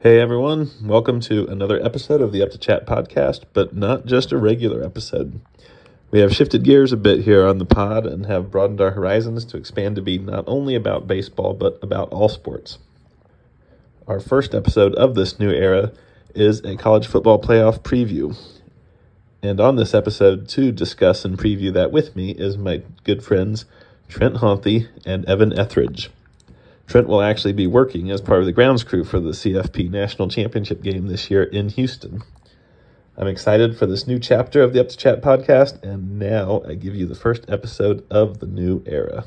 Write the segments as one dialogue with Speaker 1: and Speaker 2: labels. Speaker 1: Hey everyone, welcome to another episode of the Up to Chat podcast, but not just a regular episode. We have shifted gears a bit here on the pod and have broadened our horizons to expand to be not only about baseball, but about all sports. Our first episode of this new era is a college football playoff preview. And on this episode, to discuss and preview that with me, is my good friends Trent Honthe and Evan Etheridge. Trent will actually be working as part of the grounds crew for the CFP National Championship game this year in Houston. I'm excited for this new chapter of the Up to Chat podcast, and now I give you the first episode of the new era.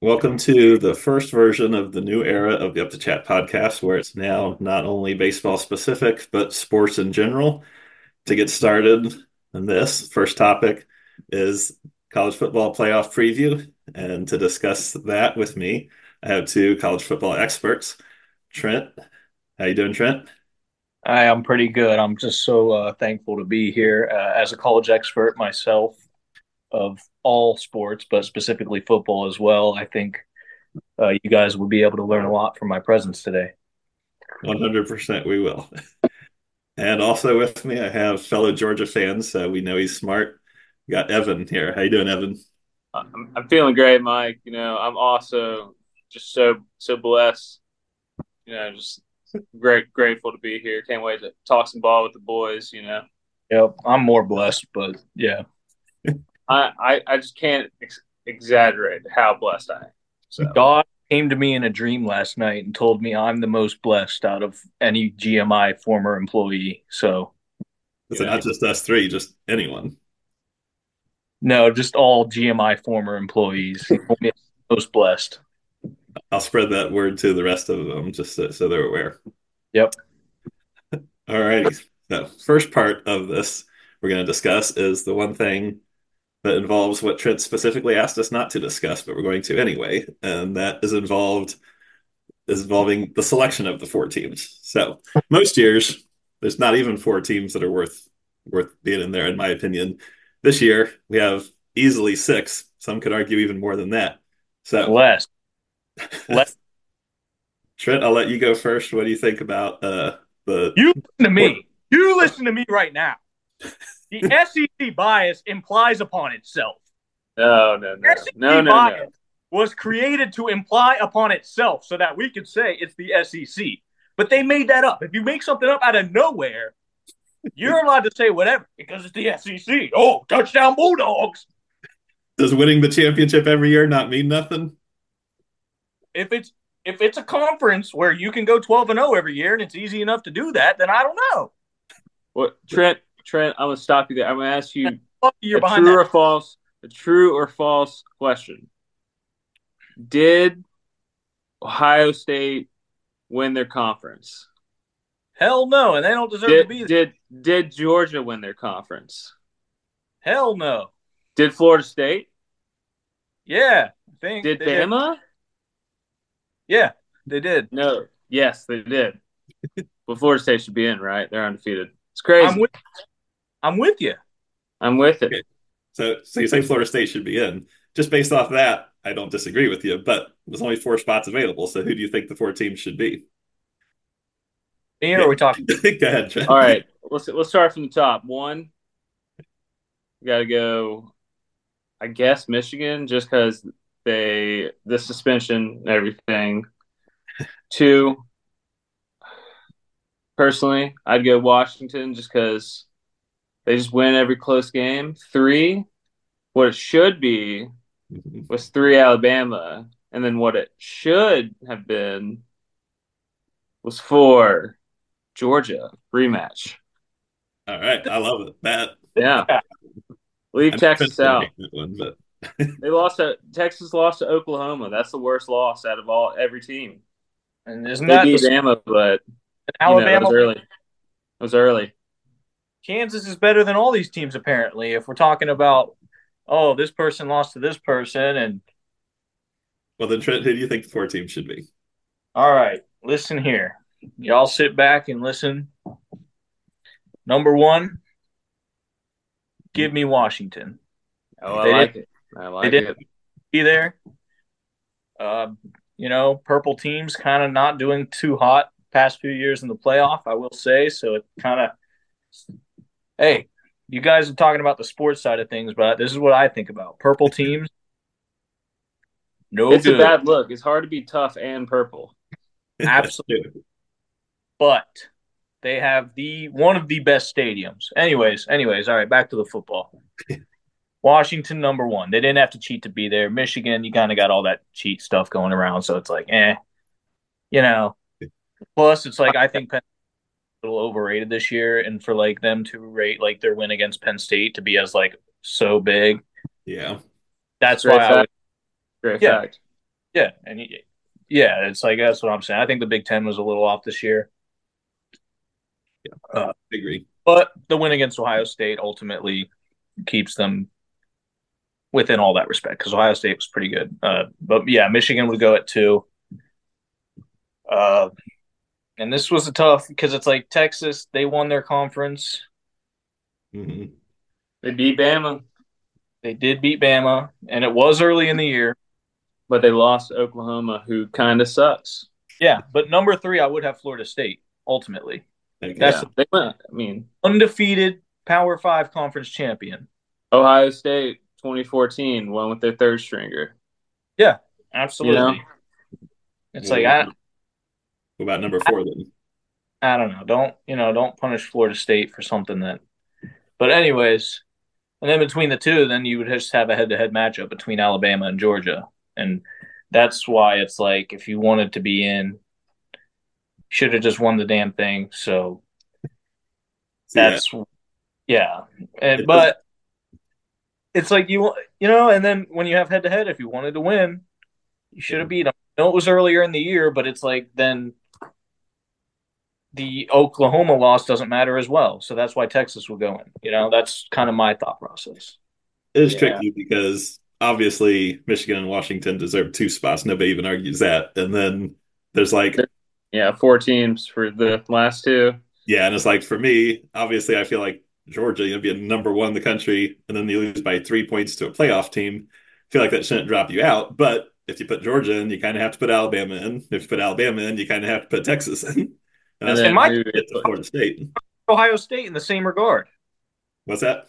Speaker 1: Welcome to the first version of the new era of the Up to Chat podcast, where it's now not only baseball specific, but sports in general. To get started, and this first topic is college football playoff preview. And to discuss that with me, I have two college football experts. Trent, how you doing, Trent?
Speaker 2: I am pretty good. I'm just so uh, thankful to be here uh, as a college expert myself of all sports, but specifically football as well. I think uh, you guys will be able to learn a lot from my presence today.
Speaker 1: 100% we will. And also with me, I have fellow Georgia fans. So we know he's smart. We got Evan here. How you doing, Evan?
Speaker 3: I'm, I'm feeling great, Mike. You know, I'm also just so so blessed. You know, just great grateful to be here. Can't wait to talk some ball with the boys. You know,
Speaker 2: Yep, I'm more blessed, but yeah,
Speaker 3: I I, I just can't ex- exaggerate how blessed I am. So
Speaker 2: God came to me in a dream last night and told me I'm the most blessed out of any GMI former employee. So
Speaker 1: It's not just us three, just anyone.
Speaker 2: no, just all GMI former employees. He told me I'm the most blessed.
Speaker 1: I'll spread that word to the rest of them just so, so they're aware.
Speaker 2: Yep.
Speaker 1: All righty. The first part of this we're going to discuss is the one thing that involves what Trent specifically asked us not to discuss, but we're going to anyway, and that is involved is involving the selection of the four teams. So most years, there's not even four teams that are worth worth being in there, in my opinion. This year, we have easily six. Some could argue even more than that. So
Speaker 2: Blessed. Blessed.
Speaker 1: Trent, I'll let you go first. What do you think about uh, the
Speaker 2: You listen to me. You listen to me right now. The SEC bias implies upon itself.
Speaker 3: no no no
Speaker 2: SEC
Speaker 3: no no
Speaker 2: bias
Speaker 3: no.
Speaker 2: was created to imply upon itself so that we could say it's the SEC. But they made that up. If you make something up out of nowhere, you're allowed to say whatever because it's the SEC. Oh, touchdown Bulldogs.
Speaker 1: does winning the championship every year not mean nothing?
Speaker 2: If it's if it's a conference where you can go 12 and 0 every year and it's easy enough to do that, then I don't know.
Speaker 3: What Trent Trent? I'm gonna stop you there. I'm gonna ask you
Speaker 2: Fuck you, you're
Speaker 3: a
Speaker 2: behind
Speaker 3: true
Speaker 2: that.
Speaker 3: or false a true or false question did ohio state win their conference
Speaker 2: Hell no, and they don't deserve to
Speaker 3: did,
Speaker 2: be there.
Speaker 3: did did georgia win their conference
Speaker 2: Hell no.
Speaker 3: did florida state
Speaker 2: Yeah. I think
Speaker 3: did
Speaker 2: they did.
Speaker 3: bama
Speaker 2: Yeah, they did.
Speaker 3: no yes they did but florida state should be in right they're undefeated it's crazy
Speaker 2: I'm with I'm with you.
Speaker 3: I'm with it
Speaker 1: So, so you say Florida State should be in. Just based off that, I don't disagree with you. But there's only four spots available. So, who do you think the four teams should be?
Speaker 2: Ian, are we talking
Speaker 1: Go ahead, Trent.
Speaker 3: all right let's let's start from the top one we gotta go i guess michigan just because they the suspension and everything two personally i'd go washington just because they just win every close game three what it should be was three alabama and then what it should have been was four georgia rematch
Speaker 1: All right. I love it. That
Speaker 3: yeah leave
Speaker 1: I'm
Speaker 3: texas
Speaker 1: gonna
Speaker 3: out
Speaker 1: hate that one, but
Speaker 3: they lost to Texas. Lost to Oklahoma. That's the worst loss out of all every team.
Speaker 2: And isn't
Speaker 3: They
Speaker 2: that
Speaker 3: beat
Speaker 2: the-
Speaker 3: Bama, but you know, it
Speaker 2: Alabama?
Speaker 3: was early. It was early.
Speaker 2: Kansas is better than all these teams, apparently. If we're talking about, oh, this person lost to this person, and
Speaker 1: well, then Trent, who do you think the four teams should be?
Speaker 2: all right, listen here. Y'all sit back and listen. Number one, give me Washington.
Speaker 3: Oh, I
Speaker 2: They
Speaker 3: like it. I like
Speaker 2: didn't-
Speaker 3: it.
Speaker 2: Be there. Uh, you know, purple teams kind of not doing too hot past few years in the playoff, I will say. So it kind of, hey, you guys are talking about the sports side of things, but this is what I think about purple teams. No
Speaker 3: it's
Speaker 2: Oh, good.
Speaker 3: a bad look. It's hard to be tough and purple.
Speaker 2: Absolutely. But they have the one of the best stadiums. Anyways, anyways, all right, back to the football. Washington number one. They didn't have to cheat to be there. Michigan, you kind of got all that cheat stuff going around, so it's like, eh, you know. Plus, it's like I think Penn State's a little overrated this year, and for like them to rate like their win against Penn State to be as like so big,
Speaker 4: Yeah.
Speaker 2: that's
Speaker 3: Great
Speaker 2: why I would,
Speaker 3: fact. Great
Speaker 2: Yeah.
Speaker 3: fact.
Speaker 2: yeah, and y- yeah, it's like that's what I'm saying. I think the Big Ten was a little off this year.
Speaker 4: I agree.
Speaker 2: But the win against Ohio State ultimately keeps them within all that respect because Ohio State was pretty good. Uh, but yeah, Michigan would go at two. Uh, and this was a tough because it's like Texas, they won their conference.
Speaker 1: Mm-hmm.
Speaker 4: Mhm.
Speaker 3: They beat Bama,
Speaker 2: They did beat Bama, and it was early in the year.
Speaker 3: but they lost to Oklahoma, who kind of sucks.
Speaker 2: Yeah, but number three, I would have Florida State ultimately.
Speaker 4: Okay.
Speaker 2: That's-
Speaker 3: yeah. they went. I mean,
Speaker 2: Undefeated Power Five conference champion.
Speaker 3: Ohio State 2014 won with their third stringer.
Speaker 2: Absolutely.
Speaker 3: Yeah.
Speaker 2: It's like, I,
Speaker 4: What about number four then?
Speaker 2: I don't know. Don't you know? Don't punish Florida State for something that. But anyways, and then between the two, then you would just have a head-to-head matchup between Alabama and Georgia, and that's why it's like if you wanted to be in, should have just won the damn thing. So
Speaker 4: So, yeah.
Speaker 2: that's yeah, and
Speaker 4: It
Speaker 2: but it's like you you know, and then when you have head-to-head, if you wanted to win, you should have beat them. I know it was earlier in the year, but it's like then the Oklahoma loss doesn't matter as well. So that's why Texas will go in. You know, that's kind of my thought process.
Speaker 4: It is
Speaker 3: Yeah.
Speaker 4: tricky because obviously Michigan and Washington deserve two spots. Nobody even argues that. And then there's like,
Speaker 3: Yeah, four teams for the last two.
Speaker 4: yeah, and it's like for me, obviously, I feel like Georgia, you'll be a number one in the country, and then you lose by three points to a playoff team. I feel like that shouldn't drop you out. But if you put Georgia in, you kind of have to put Alabama in. If you put Alabama in, you kind of have to put Texas in.
Speaker 3: And
Speaker 4: And that's
Speaker 3: then
Speaker 2: And my-
Speaker 3: who-
Speaker 4: it's Florida State.
Speaker 2: Ohio State in the same regard.
Speaker 4: What's that?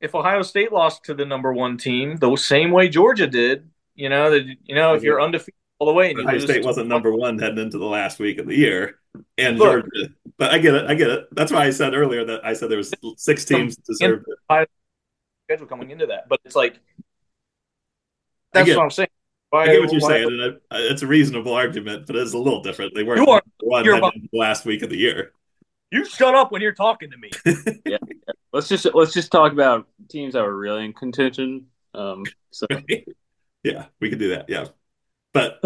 Speaker 2: If Ohio State lost to the number one team the same way Georgia did, you know, that you know, if you're undefeated all the way and you
Speaker 4: Ohio
Speaker 2: lose
Speaker 4: State
Speaker 2: to-
Speaker 4: wasn't number one heading into the last week of the year, and
Speaker 2: Look.
Speaker 4: Georgia. But I get it. I get it. That's why I said earlier that I said there was six teams that deserved it.
Speaker 2: schedule coming into that. But it's like
Speaker 4: I
Speaker 2: that's
Speaker 4: get-
Speaker 2: what I'm saying.
Speaker 4: I get what you're
Speaker 2: Why-
Speaker 4: saying, and it- it's a reasonable argument, but it's a little different. They weren't
Speaker 2: You are-
Speaker 4: number one
Speaker 2: you're
Speaker 4: heading
Speaker 2: about-
Speaker 4: into the last week of the year.
Speaker 2: You shut up when you're talking to me.
Speaker 3: Let's just let's just talk about teams that were really in contention. Um, so
Speaker 4: yeah, we could do that. Yeah, but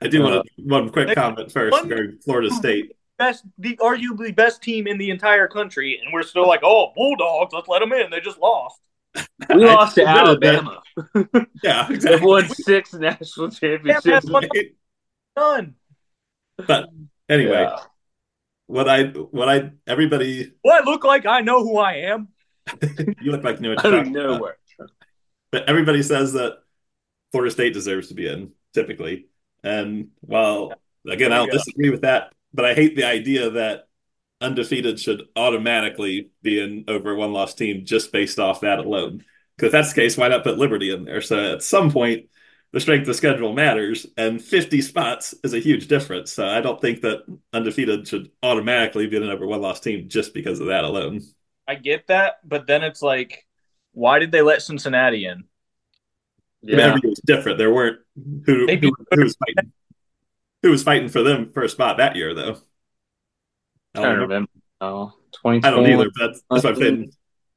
Speaker 4: I do want to one quick
Speaker 2: They-
Speaker 4: comment first
Speaker 2: Uh, one- Hmm.
Speaker 4: regarding Florida State.
Speaker 2: best, the arguably best team in the entire country, and we're still like, oh, Bulldogs, let's let them in. They just lost.
Speaker 3: we lost to
Speaker 4: I admitted that.
Speaker 3: Alabama.
Speaker 4: Yeah,
Speaker 3: They've
Speaker 4: exactly.
Speaker 3: won six national championships.
Speaker 2: one- None.
Speaker 4: anyway,
Speaker 3: Yeah.
Speaker 4: what I what I everybody
Speaker 2: What look like I know who I am.
Speaker 4: you look like you know what
Speaker 3: out
Speaker 4: you're
Speaker 3: of
Speaker 4: talking about.
Speaker 3: nowhere.
Speaker 4: but everybody says that Florida State deserves to be in typically. And while again,
Speaker 2: There
Speaker 4: I
Speaker 2: you
Speaker 4: don't
Speaker 2: go.
Speaker 4: disagree with that, but I hate the idea that undefeated should automatically be in over one loss team just based off that alone. Because if that's the case, why not put Liberty in there? So at some point, the strength of schedule matters, and 50 spots is a huge difference. So I don't think that undefeated should automatically be in over one loss team just because of that alone.
Speaker 2: I get that, but then it's like, why did they let Cincinnati in?
Speaker 4: I mean,
Speaker 3: Yeah,
Speaker 4: everybody was different. There weren't who,
Speaker 2: They
Speaker 4: who, who was fighting who was fighting for them for a spot that year though. I
Speaker 3: I
Speaker 4: don't,
Speaker 3: don't
Speaker 4: remember.
Speaker 3: remember. Oh,
Speaker 4: I don't
Speaker 3: 2020.
Speaker 4: either. But that's, that's what I'm saying.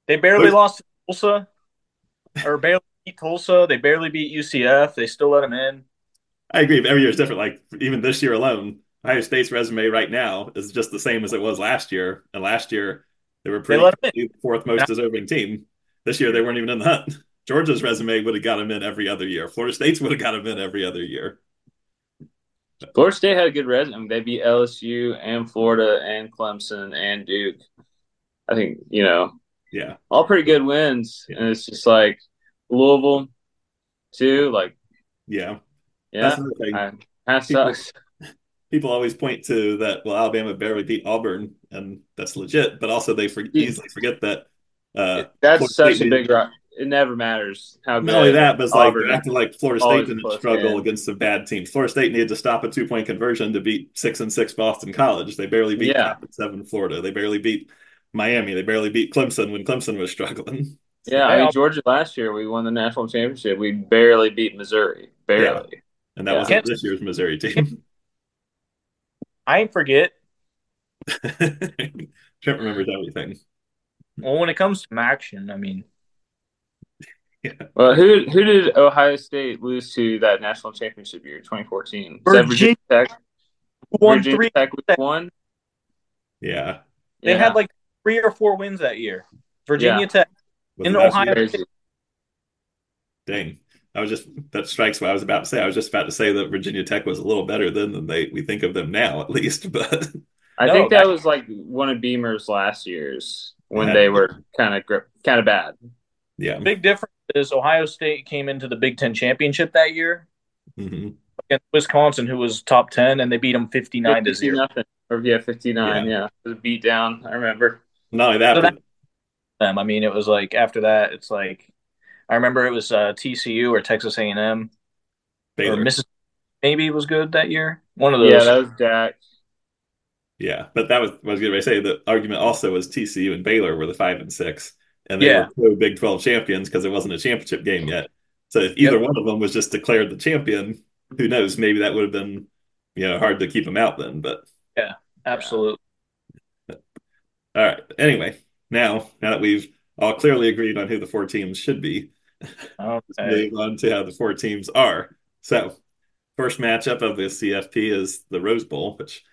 Speaker 2: They barely
Speaker 4: Who's-
Speaker 2: lost to Tulsa, or barely beat Tulsa. They barely beat UCF. They still let them in.
Speaker 4: I agree. but Every year is different. Like even this year alone, Ohio State's resume right now is just the same as it was last year. And last year they were pretty
Speaker 2: let 'em
Speaker 4: clearly the fourth most deserving team. This year they weren't even in the hunt. Georgia's resume would have got them in every other year. Florida State's would have got them in every other year.
Speaker 3: Florida State had a good resume. I mean, they beat LSU and Florida and Clemson and Duke. I think you know
Speaker 4: Yeah.
Speaker 3: all pretty good wins, and it's just like Louisville too. Like
Speaker 4: Yeah.
Speaker 3: yeah,
Speaker 4: That's another thing.
Speaker 3: I, That sucks.
Speaker 4: People always point to that. Well, Alabama barely beat Auburn, and that's legit. But also, they for-
Speaker 3: Yeah.
Speaker 4: easily forget that. Uh, Florida
Speaker 3: That's such
Speaker 4: State
Speaker 3: a
Speaker 4: did-
Speaker 3: big rock. It never matters how
Speaker 4: Not only
Speaker 3: good
Speaker 4: that, but it's like
Speaker 3: Auburn-
Speaker 4: they're acting like Florida State
Speaker 3: always
Speaker 4: didn't
Speaker 3: close
Speaker 4: struggle
Speaker 3: game.
Speaker 4: against some bad teams. Florida State needed to stop a two point conversion to beat six and six Boston College. They barely beat
Speaker 3: Yeah.
Speaker 4: top and seven Florida. They barely beat Miami. They barely beat Clemson when Clemson was struggling.
Speaker 3: Yeah, I
Speaker 2: Hey,
Speaker 3: mean
Speaker 2: I'll-
Speaker 3: Georgia last year we won the national championship. We barely beat Missouri, barely.
Speaker 4: And that
Speaker 3: Yeah.
Speaker 4: wasn't this year's Missouri team.
Speaker 2: I ain't forget.
Speaker 4: Trent remembers everything.
Speaker 2: Well, when it comes to action, I mean,
Speaker 3: Well, who who did Ohio State lose to that national championship year, 2014? Was that Virginia Tech.
Speaker 2: won
Speaker 3: Virginia
Speaker 2: three.
Speaker 3: Tech week one.
Speaker 4: Yeah.
Speaker 2: They
Speaker 3: Yeah.
Speaker 2: had like three or four wins that year. Virginia
Speaker 3: Yeah.
Speaker 2: Tech.
Speaker 4: Was
Speaker 2: In
Speaker 4: it last
Speaker 2: Ohio-
Speaker 4: year?
Speaker 3: Crazy.
Speaker 4: Dang. I was just that strikes what I was about to say. I was just about to say that Virginia Tech was a little better then than they we think of them now, at least. But
Speaker 3: I
Speaker 2: No,
Speaker 3: think that
Speaker 2: that- Uh-huh.
Speaker 3: was like one of Beamer's last years when
Speaker 4: Yeah.
Speaker 3: they were kind of kind of bad.
Speaker 4: yeah.
Speaker 2: The big difference is Ohio State came into the Big Ten championship that year
Speaker 4: hmm
Speaker 2: against Wisconsin, who was top ten, and they beat them fifty nine to
Speaker 3: 50
Speaker 2: zero.
Speaker 3: nothing. Or yeah, 59, yeah. It was a beat down, I remember.
Speaker 4: Not only that,
Speaker 2: So
Speaker 4: but
Speaker 2: that- Them. I mean, it was like after that, it's like I remember it was uh, TCU or Texas A and M or
Speaker 4: Baylor.
Speaker 2: Mississippi maybe was good that year. One of those.
Speaker 3: Yeah, that was Dak.
Speaker 4: Yeah, but that was what I was going to say. The argument also was TCU and Baylor were the five and six, and they
Speaker 2: Yeah.
Speaker 4: were co Big 12 champions because it wasn't a championship game yet. So if either one of them was just declared the champion, who knows? Maybe that would have been, you know, hard to keep them out then. But
Speaker 2: Absolutely.
Speaker 4: all right. Anyway, now now that we've all clearly agreed on who the four teams should be, let's
Speaker 2: Okay.
Speaker 4: move on to how the four teams are. So first matchup of the CFP is the Rose Bowl, which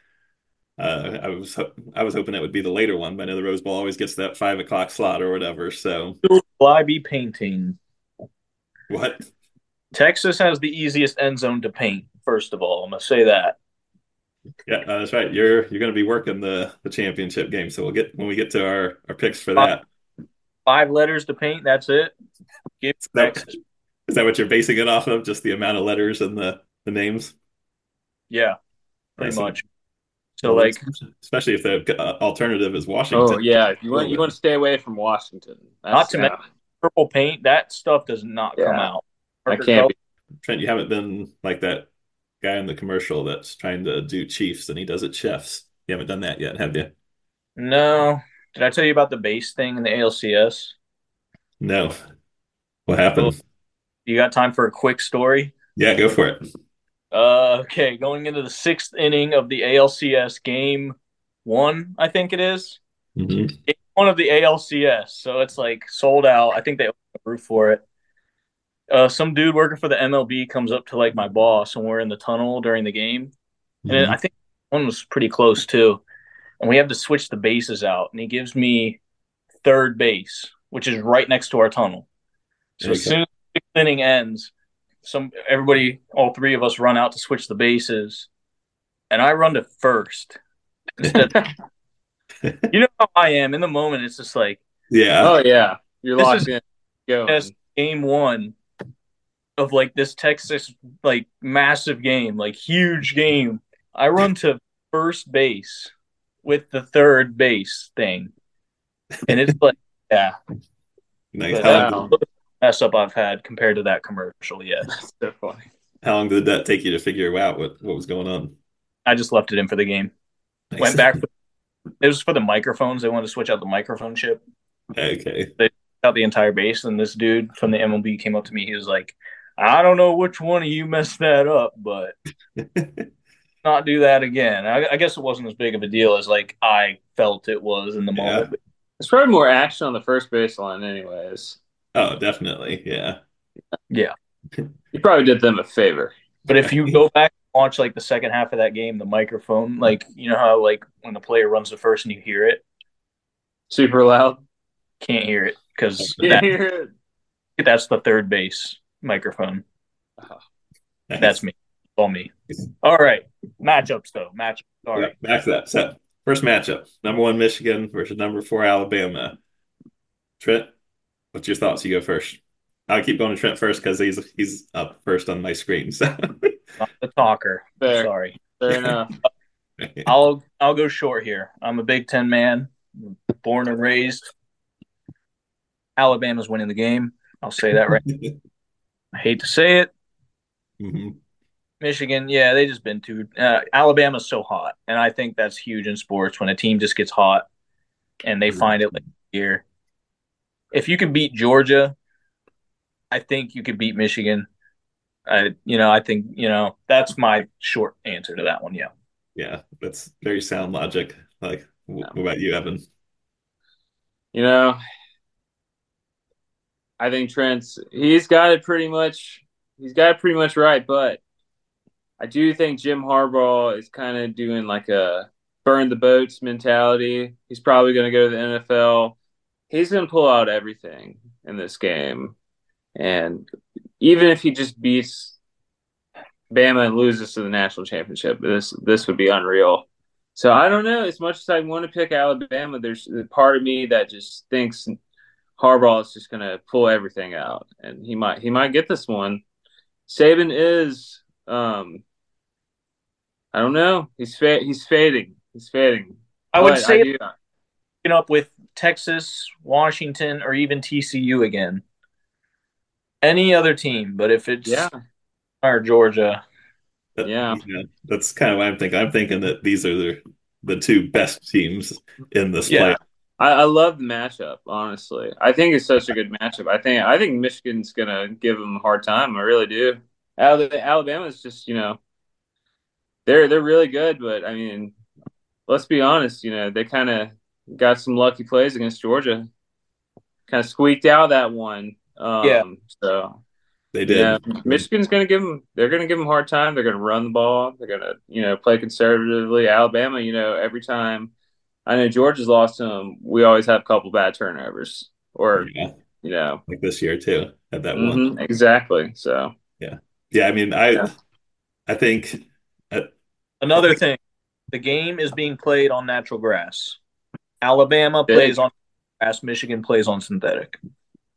Speaker 4: Uh, I was ho- I was hoping that would be the later one, but I know the Rose Bowl always gets that five o'clock slot or whatever. So
Speaker 2: Will I be painting?
Speaker 4: what?
Speaker 2: Texas has the easiest end zone to paint. First of all, I'm gonna say that.
Speaker 4: Yeah, uh, that's right. You're you're going to be working the the championship game, so we'll get when we get to our our picks for that.
Speaker 2: Five letters to paint. That's it. Give
Speaker 4: Is that-
Speaker 2: Texas.
Speaker 4: is that what you're basing it off of? Just the amount of letters and the the names?
Speaker 2: Yeah, pretty
Speaker 4: Awesome.
Speaker 2: much. So like,
Speaker 4: especially if the uh, alternative is Washington.
Speaker 3: Oh yeah, you want
Speaker 4: Little
Speaker 3: you
Speaker 4: bit.
Speaker 3: want to stay away from Washington.
Speaker 2: Not to
Speaker 3: yeah.
Speaker 2: purple paint, that stuff does not come
Speaker 3: Yeah.
Speaker 2: out.
Speaker 3: I can't be.
Speaker 4: Trent, you haven't been like that guy in the commercial that's trying to do Chiefs and he does it Chefs. You haven't done that yet, have you?
Speaker 2: No. Did I tell you about the base thing in the ALCS?
Speaker 4: No. What happened?
Speaker 2: You got time for a quick story?
Speaker 4: Yeah, go for it.
Speaker 2: Uh, okay, going into the sixth inning of the ALCS game one, I think it is.
Speaker 4: Mhm.
Speaker 2: mm-hmm. One of the ALCS, so it's like sold out. I think they opened the roof for it. Uh, some dude working for the MLB comes up to like my boss, and we're in the tunnel during the game. And
Speaker 4: Mm-hmm.
Speaker 2: then I think one was pretty close too. And we have to switch the bases out. And he gives me third base, which is right next to our tunnel. So
Speaker 4: There you
Speaker 2: as soon as the sixth inning ends, some everybody, all three of us run out to switch the bases. And I run to first. Instead you know how I am in the moment, it's just like
Speaker 4: Yeah.
Speaker 3: Oh yeah, you're
Speaker 2: This
Speaker 3: locked
Speaker 2: is-
Speaker 3: in. Go.
Speaker 2: Yes. game one of like this Texas like massive game, like huge game. I run to first base with the third base thing, and it's like yeah,
Speaker 4: Nice.
Speaker 2: But,
Speaker 4: How long,
Speaker 2: uh,
Speaker 3: Wow.
Speaker 2: mess up I've had compared to that commercial. Yes,
Speaker 3: That's so funny.
Speaker 4: how long did that take you to figure out what, what was going on?
Speaker 2: I just left it in for the game.
Speaker 4: Nice.
Speaker 2: Went back. For, it was for the microphones. They wanted to switch out the microphone chip.
Speaker 4: Okay.
Speaker 2: out the entire base. And this dude from the MLB came up to me. He was like, I don't know which one of you messed that up, but not do that again. I, I guess it wasn't as big of a deal as like I felt it was in the
Speaker 4: Yeah.
Speaker 2: moment.
Speaker 3: There's probably more action on the first baseline, anyways.
Speaker 4: Oh, definitely. Yeah.
Speaker 3: You probably did them a favor.
Speaker 2: But if you go back and watch like the second half of that game, the microphone, like you know how like when the player runs the first and you hear it,
Speaker 3: Super loud.
Speaker 2: can't hear it because
Speaker 3: Yeah. you're-
Speaker 2: that's the third base microphone. That's me. All me. All right. Matchups though. Matchups. Sorry.
Speaker 4: Yeah, back to that. So, first matchup number one, Michigan versus number four, Alabama. Trent, what's your thoughts? You go first. I'll keep going to Trent first because he's he's up first on my screen. So,
Speaker 2: Not the talker.
Speaker 3: Fair.
Speaker 2: Sorry.
Speaker 3: Fair enough.
Speaker 2: I'll I'll go short here. I'm a Big Ten man, born and raised. Alabama's winning the game. I'll say that right. I hate to say it.
Speaker 4: Mhm.
Speaker 2: Michigan, yeah, they just been too. Uh, Alabama's so hot, and I think that's huge in sports when a team just gets hot and they find it late in the year. If you can beat Georgia, I think you could beat Michigan. I, you know, I think you know that's my short answer to that one. Yeah.
Speaker 4: Yeah, that's very sound logic. Like, wh- what about you, Evan?
Speaker 3: You know, I think Trent's he's got it pretty much. He's got it pretty much right, but I do think Jim Harbaugh is kind of doing like a burn the boats mentality. He's probably going to go to the NFL. He's going to pull out everything in this game, and even if he just beats Bama and loses to the national championship, this this would be unreal. So I don't know. As much as I want to pick Alabama, there's a part of me that just thinks Harbaugh is just going to pull everything out, and he might he might get this one. Saban is, um, I don't know. He's fa- he's fading. He's fading.
Speaker 2: I would
Speaker 3: But
Speaker 2: say
Speaker 3: do-
Speaker 2: picking up with Texas, Washington, or even TCU again. Any other team, but if it's
Speaker 3: yeah,
Speaker 2: or Georgia,
Speaker 4: That-
Speaker 3: Yeah.
Speaker 4: that's kind of what I'm thinking. I'm thinking that these are the the two best teams in this
Speaker 2: Yeah.
Speaker 4: play.
Speaker 3: I, I love the matchup. Honestly, I think it's such a good matchup. I think I think Michigan's going to give them a hard time. I really do. Al- Alabama's just you know they're they're really good, but I mean, let's be honest. You know, they kind of got some lucky plays against Georgia. Kind of squeaked out that one. Um,
Speaker 2: Yeah.
Speaker 3: So
Speaker 4: They did.
Speaker 3: yeah, Michigan's going to give them. They're going to give them a hard time. They're going to run the ball. They're going to you know play conservatively. Alabama, you know, every time. I know Georgia's lost to them. We always have a couple bad turnovers, or
Speaker 4: Yeah,
Speaker 3: you know,
Speaker 4: like this year too. Had that one.
Speaker 3: mhm, exactly. So
Speaker 4: Yeah, I mean, I
Speaker 3: Yeah.
Speaker 4: I think
Speaker 2: another thing, the game is being played on natural grass. Alabama
Speaker 3: Big.
Speaker 2: plays on grass, Michigan plays on synthetic.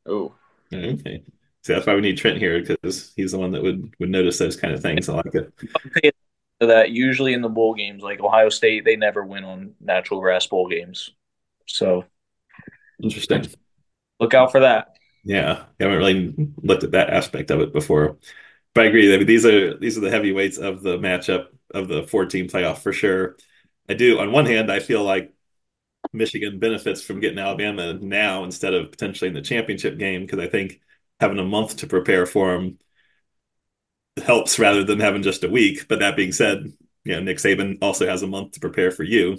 Speaker 3: ooh,
Speaker 4: Oh, okay. See, that's why we need Trent here because he's the one that would would notice those kind of things. I like it.
Speaker 2: So that usually in the bowl games, like Ohio State, they never win on natural grass bowl games. So
Speaker 4: Interesting.
Speaker 2: look out for that.
Speaker 4: Yeah, I haven't really looked at that aspect of it before, but I agree. I mean, these are these are the heavyweights of the matchup of the four team playoff for sure. I do. On one hand, I feel like Michigan benefits from getting Alabama now instead of potentially in the championship game because I think having a month to prepare for them helps rather than having just a week. But that being said, you know, Nick Saban also has a month to prepare for you.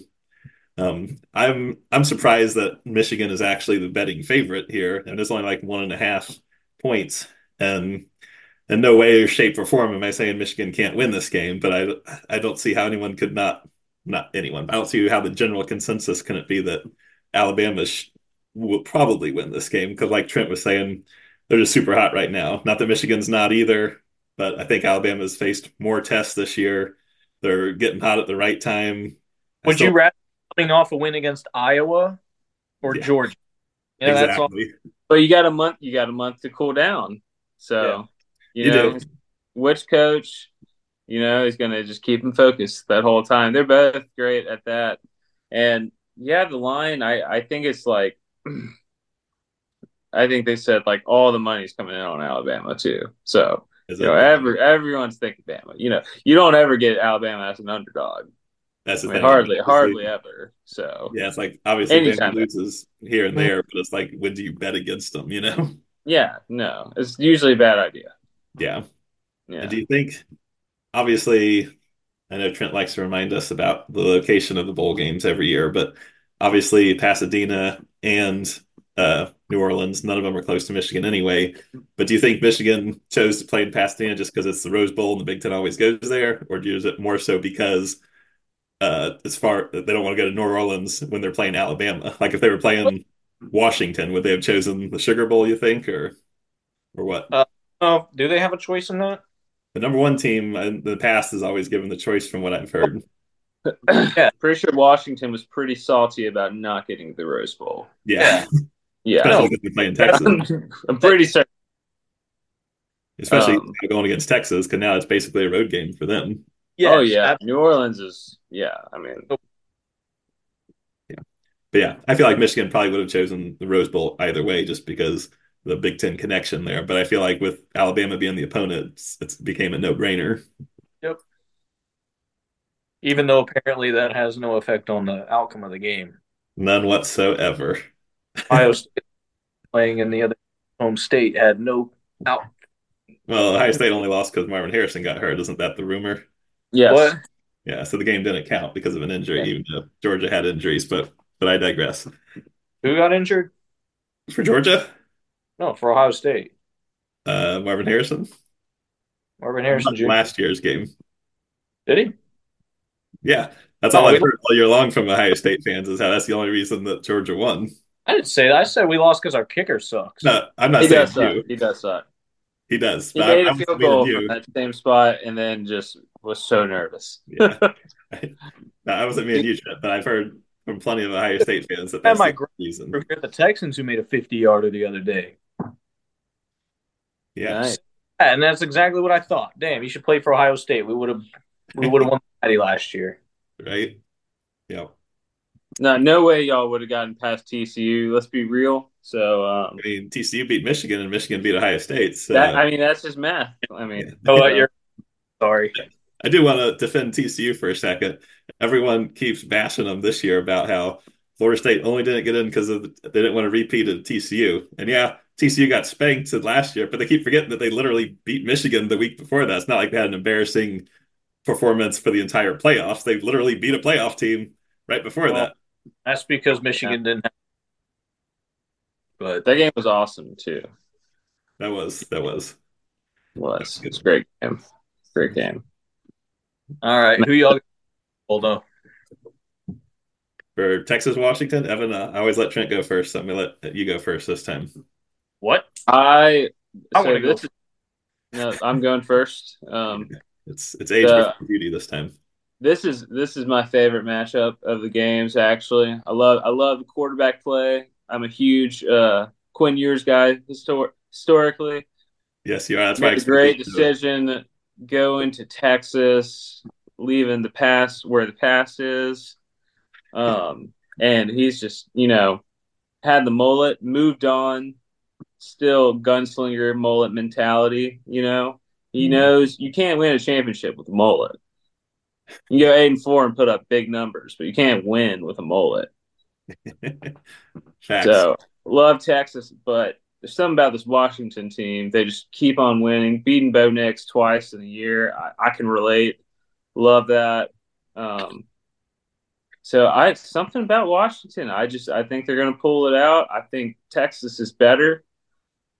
Speaker 4: Um, I'm I'm surprised that Michigan is actually the betting favorite here, and it's only like one and a half points. And in no way, or shape, or form am I saying Michigan can't win this game, but I I don't see how anyone could not not anyone. I don't see how the general consensus can it be that Alabama sh will probably win this game because, like Trent was saying, they're just super hot right now. Not that Michigan's not either, but I think Alabama's faced more tests this year. They're getting hot at the right time. I
Speaker 2: Would
Speaker 4: still-
Speaker 2: you rather coming off a win against Iowa or
Speaker 4: Yeah.
Speaker 2: Georgia? You know, that's all.
Speaker 4: Exactly.
Speaker 3: but you got a month. You got a month to cool down. So you
Speaker 4: You
Speaker 3: know,
Speaker 4: do.
Speaker 3: which coach, you know, is going to just keep them focused that whole time. They're both great at that. And yeah, the line, I, I think it's like, I think they said like all the money's coming in on Alabama too. So,
Speaker 4: Is
Speaker 3: you know,
Speaker 4: that-
Speaker 3: every, everyone's thinking Bama. You know, you don't ever get Alabama as an underdog.
Speaker 4: that's
Speaker 3: I
Speaker 4: the
Speaker 3: mean,
Speaker 4: thing.
Speaker 3: hardly,
Speaker 4: Obviously-
Speaker 3: hardly ever. So,
Speaker 4: Yeah, it's like obviously
Speaker 3: Anytime.
Speaker 4: Bama loses here and there, but it's like when do you bet against them? You know?
Speaker 3: yeah, no, it's usually a bad idea.
Speaker 4: Yeah.
Speaker 3: Yeah.
Speaker 4: And do you think? Obviously, I know Trent likes to remind us about the location of the bowl games every year, but obviously Pasadena and uh, New Orleans, none of them are close to Michigan anyway. But do you think Michigan chose to play in Pasadena just because it's the Rose Bowl and the Big Ten always goes there, or do you- is it more so because uh, as far they don't want to go to New Orleans when they're playing Alabama? Like if they were playing Washington, would they have chosen the Sugar Bowl? You think, or or what?
Speaker 2: Oh, do they have a choice in that?
Speaker 4: The number one team in the past is always given the choice, from what I've heard.
Speaker 2: Yeah.
Speaker 3: Pretty sure Washington was pretty salty about not getting the Rose Bowl.
Speaker 4: Yeah,
Speaker 3: Yeah. Um, oh,
Speaker 4: especially because they play in Texas.
Speaker 3: I'm pretty certain.
Speaker 4: especially
Speaker 3: Um,
Speaker 4: going against Texas, because now it's basically a road game for them.
Speaker 3: oh yeah, New Orleans is yeah. I mean,
Speaker 4: But yeah, I feel like Michigan probably would have chosen the Rose Bowl either way, just because the Big Ten connection there. But I feel like with Alabama being the opponent, it's, it's became a no-brainer.
Speaker 2: Even though apparently that has no effect on the outcome of the game.
Speaker 4: None whatsoever.
Speaker 2: Ohio State playing in the other home state had no out.
Speaker 4: Well, Ohio State only lost because Marvin Harrison got hurt. Isn't that the rumor?
Speaker 3: yes.
Speaker 2: What?
Speaker 4: Yeah, so the game didn't count because of an injury,
Speaker 2: Yeah.
Speaker 4: even though Georgia had injuries. But but I digress.
Speaker 2: Who got injured?
Speaker 4: For Georgia,
Speaker 2: No, for Ohio State.
Speaker 4: uh, Marvin Harrison
Speaker 2: Marvin Harrison Jr.
Speaker 4: last year's game.
Speaker 2: Did he?
Speaker 4: Yeah, that's
Speaker 2: Oh,
Speaker 4: all I've
Speaker 2: really?
Speaker 4: heard all year long from Ohio State fans is how that's the only reason that Georgia won.
Speaker 2: I didn't say that. I said we lost because our kicker sucks.
Speaker 4: No, I'm not
Speaker 3: He
Speaker 4: saying
Speaker 3: does
Speaker 4: you.
Speaker 3: suck. He does suck.
Speaker 4: He does.
Speaker 3: He
Speaker 4: but
Speaker 3: made
Speaker 4: I,
Speaker 3: a
Speaker 4: I'm
Speaker 3: field
Speaker 4: meaning
Speaker 3: goal
Speaker 4: you.
Speaker 3: from that same spot and then just was so nervous.
Speaker 4: Yeah. No, I wasn't meaning you, Chip, but I've heard from plenty of Ohio State fans that
Speaker 2: That
Speaker 4: that's
Speaker 2: might
Speaker 4: the
Speaker 2: grow-
Speaker 4: reason.
Speaker 2: Forget the Texans who made a 50 yarder the other day.
Speaker 4: Yeah.
Speaker 3: Nice.
Speaker 2: Yeah, and that's exactly what I thought. Damn, you should play for Ohio State. We would have we would have won the Natty last year.
Speaker 4: Right? Yeah.
Speaker 3: No, no way y'all would have gotten past TCU. Let's be real. So um,
Speaker 4: I mean, TCU beat Michigan and Michigan beat Ohio State. So
Speaker 3: that I mean that's just math. I mean,
Speaker 2: Oh,
Speaker 3: Yeah.
Speaker 2: what, you're sorry.
Speaker 4: I do want to defend TCU for a second. Everyone keeps bashing them this year about how Florida State only didn't get in because they didn't want to repeat of TCU. And yeah, TCU got spanked last year, but they keep forgetting that they literally beat Michigan the week before that. It's not like they had an embarrassing performance for the entire playoffs. They literally beat a playoff team right before
Speaker 2: Well,
Speaker 4: that.
Speaker 2: That's because Michigan didn't have but
Speaker 3: that game was awesome too.
Speaker 4: That was that was.
Speaker 3: It was it's a great game. Great game.
Speaker 2: all right. Who y'all although
Speaker 4: For Texas, Washington, Evan, uh, I always let Trent go first. so I'm gonna let you go first this time.
Speaker 2: what?
Speaker 3: I
Speaker 2: I
Speaker 3: so
Speaker 2: wanna go
Speaker 3: this is, no, I'm going first. Um,
Speaker 4: It's it's age
Speaker 3: Uh,
Speaker 4: versus beauty this time.
Speaker 3: this is this is my favorite matchup of the games. Actually, I love I love quarterback play. I'm a huge uh, Quinn Years guy histor- historically.
Speaker 4: Yes, you are. That's why I
Speaker 3: made a great
Speaker 4: expected you to-
Speaker 3: decision going to Texas, leaving the past where the past is. Um, and he's just, you know, had the mullet, moved on, still gunslinger mullet mentality, you know. He knows you can't win a championship with a mullet. You go eight and four and put up big numbers, but you can't win with a mullet.
Speaker 4: Facts.
Speaker 3: So love Texas, but there's something about this Washington team. They just keep on winning, beating Bo Nix twice in a year. I, I can relate. Love that. Um, so I something about Washington. I just I think they're going to pull it out. I think Texas is better,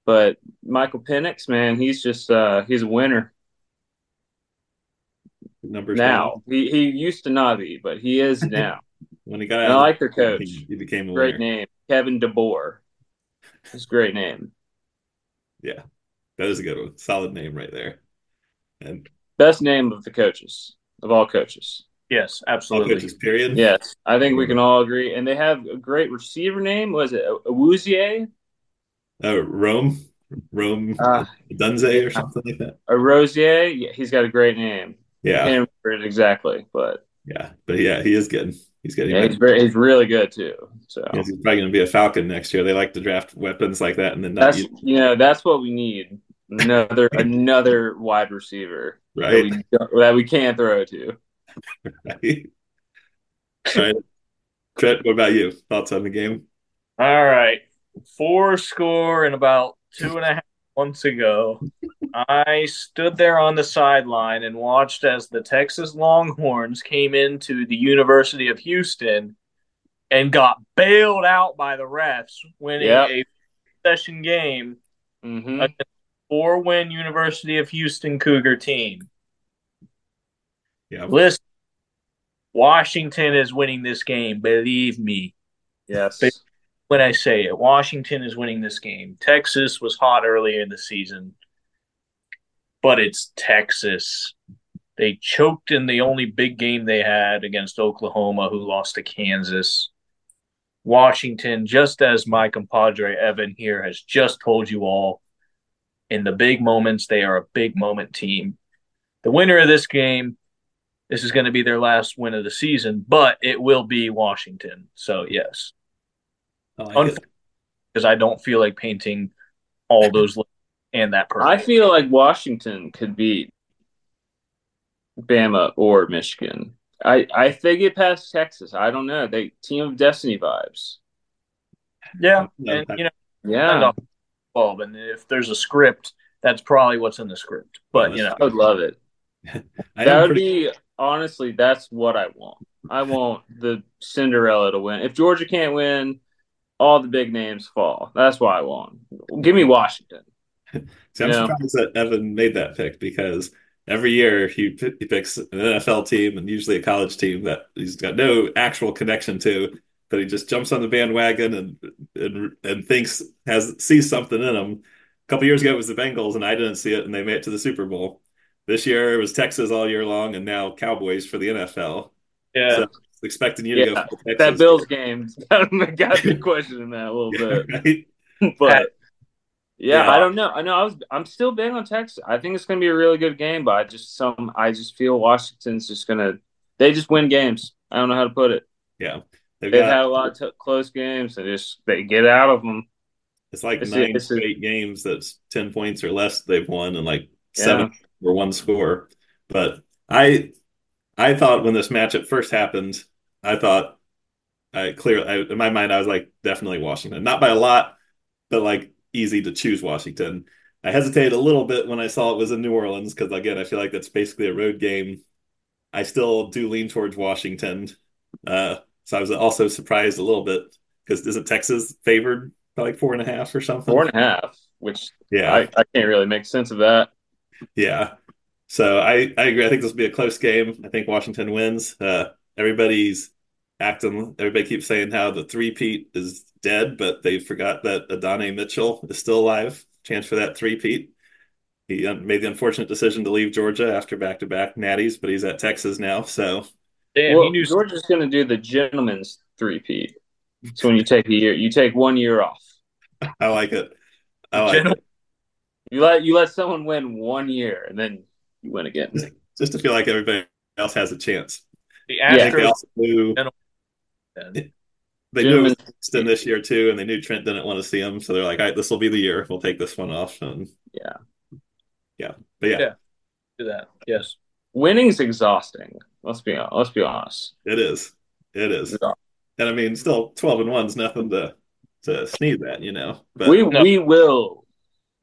Speaker 3: but Michael Penix, man, he's just uh, he's a winner
Speaker 4: Numbers
Speaker 3: now. He he used to not be, but he is now.
Speaker 4: When he got
Speaker 3: and
Speaker 4: out,
Speaker 3: I
Speaker 4: of
Speaker 3: like their
Speaker 4: the
Speaker 3: coach.
Speaker 4: team, He became a
Speaker 3: Great
Speaker 4: winner.
Speaker 3: name, Kevin DeBoer. It's a great name.
Speaker 4: That is a good one. Solid name right there. And
Speaker 3: Best name of the coaches of all coaches.
Speaker 2: Yes,
Speaker 4: all
Speaker 2: absolutely.
Speaker 4: coaches, period.
Speaker 3: Yes, I think we can all agree. And they have a great receiver name. Was it Awuzie,
Speaker 4: Uh, Rome, Rome
Speaker 3: uh,
Speaker 4: Dunze or something like that.
Speaker 3: Rosier? Yeah, he's got a great name. I
Speaker 4: Yeah,
Speaker 3: can't remember it exactly, but
Speaker 4: yeah. But yeah, he is good. He's good. He
Speaker 3: yeah,
Speaker 4: might-
Speaker 3: he's very, he's really good too. So
Speaker 4: He's probably going to be a Falcon next year. They like to draft weapons like that and then not
Speaker 3: that's
Speaker 4: use,
Speaker 3: you know that's what we need another another wide receiver that
Speaker 4: right?
Speaker 3: we don't- that we can't throw to.
Speaker 4: right? Right. Trent, what about you? Thoughts on the game?
Speaker 2: All right. Four score and about two and a half months ago, I stood there on the sideline and watched as the Texas Longhorns came into the University of Houston and got bailed out by the refs, winning
Speaker 3: Yep.
Speaker 2: a session game
Speaker 3: hmm
Speaker 2: against four win University of Houston Cougar team.
Speaker 4: Yeah,
Speaker 2: Listen, Washington is winning this game, believe me.
Speaker 3: Yes,
Speaker 2: They- when I say it. Washington is winning this game. Texas was hot earlier in the season, but it's Texas. They choked in the only big game they had against Oklahoma, who lost to Kansas. Washington, just as my compadre Evan here has just told you all, in the big moments. They are a big moment team. The winner of this game, this is going to be their last win of the season, but it will be Washington. So yes,
Speaker 4: Oh, I like
Speaker 2: because
Speaker 4: it.
Speaker 2: I don't feel like painting all those li- and that person.
Speaker 3: I feel like Washington could beat Bama or Michigan. I, I if they get past Texas, I don't know. They team of destiny vibes.
Speaker 2: yeah,
Speaker 4: No,
Speaker 2: and,
Speaker 4: that-
Speaker 2: you know,
Speaker 3: Yeah,
Speaker 2: off bulb, and if there's a script, that's probably what's in the script. But you know,
Speaker 3: I would love it.
Speaker 4: I am
Speaker 3: that would
Speaker 4: pretty-
Speaker 3: be honestly. That's what I want. I want the Cinderella to win. If Georgia can't win, all the big names fall. That's what I want. Give me Washington.
Speaker 4: See, I'm
Speaker 3: Yeah.
Speaker 4: surprised that Evan made that pick because every year he, p- he picks an NFL team and usually a college team that he's got no actual connection to, but he just jumps on the bandwagon and and and thinks has sees something in him. A couple years ago it was the Bengals and I didn't see it and they made it to the Super Bowl. This year it was Texas all year long and now Cowboys for the NFL.
Speaker 2: yeah,
Speaker 4: So expecting you to go
Speaker 3: Yeah,
Speaker 4: for Texas.
Speaker 3: That Bills game got me questioning that a little bit.
Speaker 4: Right?
Speaker 3: but yeah,
Speaker 4: Yeah.
Speaker 3: I don't know. I know I was I'm still big on Texas. I think it's going to be a really good game, but I just some I just feel Washington's just going to they just win games. I don't know how to put it.
Speaker 4: They've
Speaker 3: They've
Speaker 4: got-
Speaker 3: had a lot of t- close games. They just they get out of them.
Speaker 4: It's like
Speaker 3: It's-
Speaker 4: nine
Speaker 3: it's a-
Speaker 4: straight games that's ten points or less they've won, and like seven or one score. But I, I thought when this matchup first happened, I thought, I clearly I, in my mind I was like definitely Washington, not by a lot, but like easy to choose Washington. I hesitated a little bit when I saw it was in New Orleans because again I feel like that's basically a road game. I still do lean towards Washington, uh, so I was also surprised a little bit because isn't Texas favored by like four and a half or something?
Speaker 3: Four and a half, which
Speaker 4: Yeah,
Speaker 3: I, I can't really make sense of that.
Speaker 4: yeah. So I, I agree. I think this will be a close game. I think Washington wins. Uh, everybody's acting. Everybody keeps saying how the three-peat is dead, but they forgot that Adonai Mitchell is still alive. Chance for that three-peat. He un- made the unfortunate decision to leave Georgia after back-to-back natties, but he's at Texas now. So
Speaker 2: damn,
Speaker 3: well,
Speaker 2: he knew
Speaker 3: Georgia's going to do the gentleman's three-peat. So when you take a year, you take one year off.
Speaker 4: I like it. I like
Speaker 2: Gentlemen.
Speaker 4: it.
Speaker 3: You let you let someone win one year and then you win again.
Speaker 4: Just to feel like everybody else has a chance.
Speaker 2: the
Speaker 4: I
Speaker 3: Yeah.
Speaker 4: think they
Speaker 2: Astros.
Speaker 4: also knew they knew it was
Speaker 3: Gentleman's
Speaker 4: Sexton this year too, and they knew Trent didn't want to see him, so they're like, "All right, this will be the year. We'll take this one off." And
Speaker 3: Yeah.
Speaker 4: yeah, but yeah,
Speaker 2: Yeah. do that. Yes,
Speaker 3: winning's exhausting. Let's be hon- let's be honest.
Speaker 4: it is, it is,
Speaker 3: Yeah.
Speaker 4: and I mean, still twelve and one's nothing to to sneeze at, you know. But
Speaker 3: we
Speaker 2: No.
Speaker 3: we will.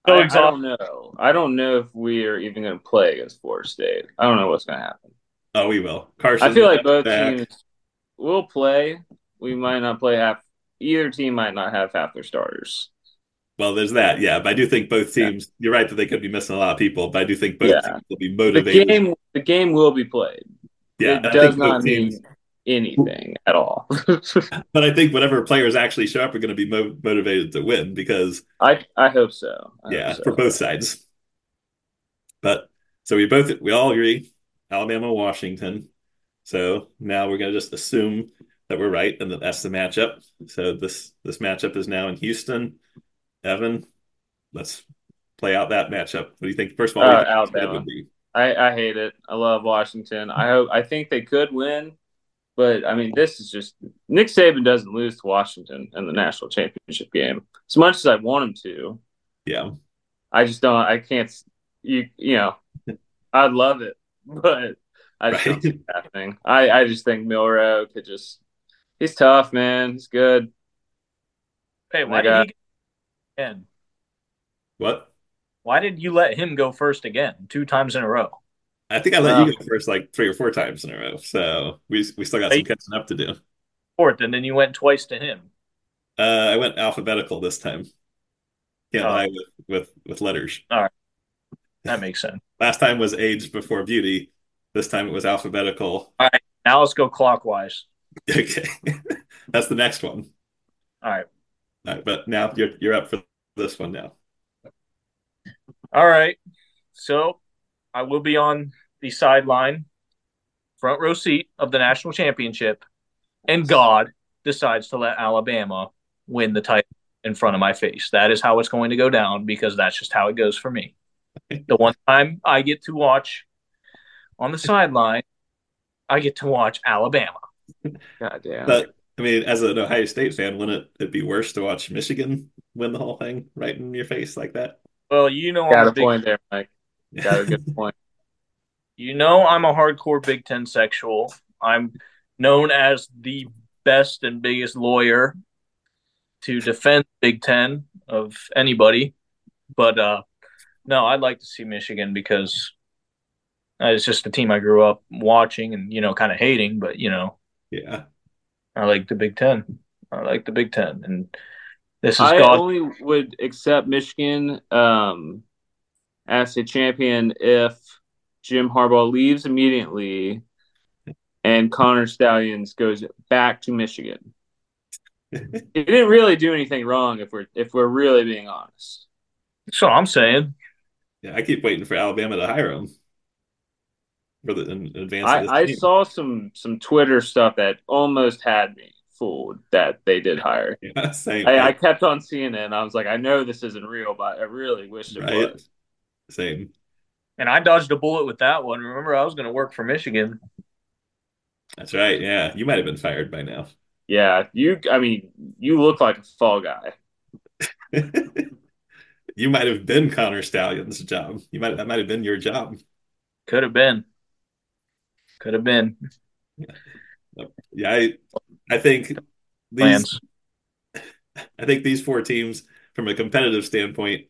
Speaker 2: So
Speaker 3: I, I
Speaker 2: exhaust-
Speaker 3: don't know. I don't know if we are even going to play against Florida State. I don't know what's going to happen.
Speaker 4: oh, we will. Carson,
Speaker 3: I feel like both
Speaker 4: back.
Speaker 3: teams will play. We might not play half. Either team might not have half their starters.
Speaker 4: Well, there's that. Yeah, but I do think both teams. You're right that they could be missing a lot of people, but I do think both
Speaker 3: Yeah.
Speaker 4: teams will be
Speaker 3: The
Speaker 4: motivated.
Speaker 3: game the game will be played.
Speaker 4: yeah,
Speaker 3: it
Speaker 4: and I
Speaker 3: does
Speaker 4: think both
Speaker 3: not mean
Speaker 4: teams-
Speaker 3: anything at all.
Speaker 4: But I think whatever players actually show up are going to be mo- motivated to win because
Speaker 3: I I hope so. I hope
Speaker 4: yeah,
Speaker 3: Uh, so.
Speaker 4: for both sides. But so we both we all agree Alabama, Washington. So now we're gonna just assume that we're right and that that's the matchup. So this this matchup is now in Houston. Evan, let's play out that matchup. What do you think? First of all,
Speaker 3: Uh,
Speaker 4: what do you think that
Speaker 3: Alabama.
Speaker 4: would be?
Speaker 3: I, I hate it. I love Washington. I hope I think they could win, but I mean this is just Nick Saban doesn't lose to Washington in the national championship game. As much as I want him to,
Speaker 4: Yeah.
Speaker 3: I just don't I can't s- you you know I love it, but I just
Speaker 4: Right.
Speaker 3: don't see it happening. I, I just think Milrow could just he's tough, man. He's good.
Speaker 2: hey, why
Speaker 3: my
Speaker 2: did he
Speaker 3: God.
Speaker 2: get again?
Speaker 4: What?
Speaker 2: Why did you let him go first again, two times in a row?
Speaker 4: I think I let
Speaker 3: Wow.
Speaker 4: you go first like three or four times in a row. So we we still got some
Speaker 2: Hey.
Speaker 4: catching up to do.
Speaker 2: Fourth, and then you went twice to him.
Speaker 4: Uh, I went alphabetical this time. Can't
Speaker 2: Oh.
Speaker 4: lie with, with with letters.
Speaker 2: That makes sense.
Speaker 4: Last time was age before beauty. This time it was alphabetical.
Speaker 2: Now let's go clockwise.
Speaker 4: Okay, that's the next one.
Speaker 2: All right.
Speaker 4: All right, but now you're you're up for this one now.
Speaker 2: All right. So I will be on the sideline, front row seat of the national championship, and God decides to let Alabama win the title in front of my face. That is how it's going to go down because that's just how it goes for me. The one time I get to watch on the sideline, I get to watch Alabama.
Speaker 3: Goddamn.
Speaker 4: But I mean, as an Ohio State fan, wouldn't it it'd be worse to watch Michigan win the whole thing right in your face like that?
Speaker 2: Well, you know,
Speaker 3: Got
Speaker 2: I'm
Speaker 3: a
Speaker 2: a big,
Speaker 3: point there, Mike. Got a good point.
Speaker 2: you know, I'm a hardcore Big Ten sexual. I'm known as the best and biggest lawyer to defend Big Ten of anybody. But uh, no, I'd like to see Michigan because uh, it's just the team I grew up watching and you know, kind of hating. But you know,
Speaker 4: yeah.
Speaker 2: I like the Big Ten. I like the Big Ten, and this is
Speaker 3: I
Speaker 2: God.
Speaker 3: only would accept Michigan um, as a champion if Jim Harbaugh leaves immediately and Connor Stallions goes back to Michigan. he didn't really do anything wrong if we're if we're really being honest.
Speaker 2: so I'm saying,
Speaker 4: Yeah, I keep waiting for Alabama to hire him for the in, advance. of
Speaker 3: I,
Speaker 4: this
Speaker 3: I
Speaker 4: team.
Speaker 3: saw some some Twitter stuff that almost had me fooled that they did hire.
Speaker 4: Yeah, same,
Speaker 3: I, I kept on seeing it and I was like, I know this isn't real, but I really wish it
Speaker 4: Right.
Speaker 3: was.
Speaker 4: same.
Speaker 2: and I dodged a bullet with that one. Remember, I was going to work for Michigan.
Speaker 4: That's right. Yeah, you might have been fired by now.
Speaker 3: Yeah, you. I mean, you look like a fall guy.
Speaker 4: you might have been Connor Stallion's job. You might that might have been your job.
Speaker 2: Could have been. Could have been.
Speaker 4: Yeah, I I think these
Speaker 2: Plans.
Speaker 4: I think these four teams, from a competitive standpoint,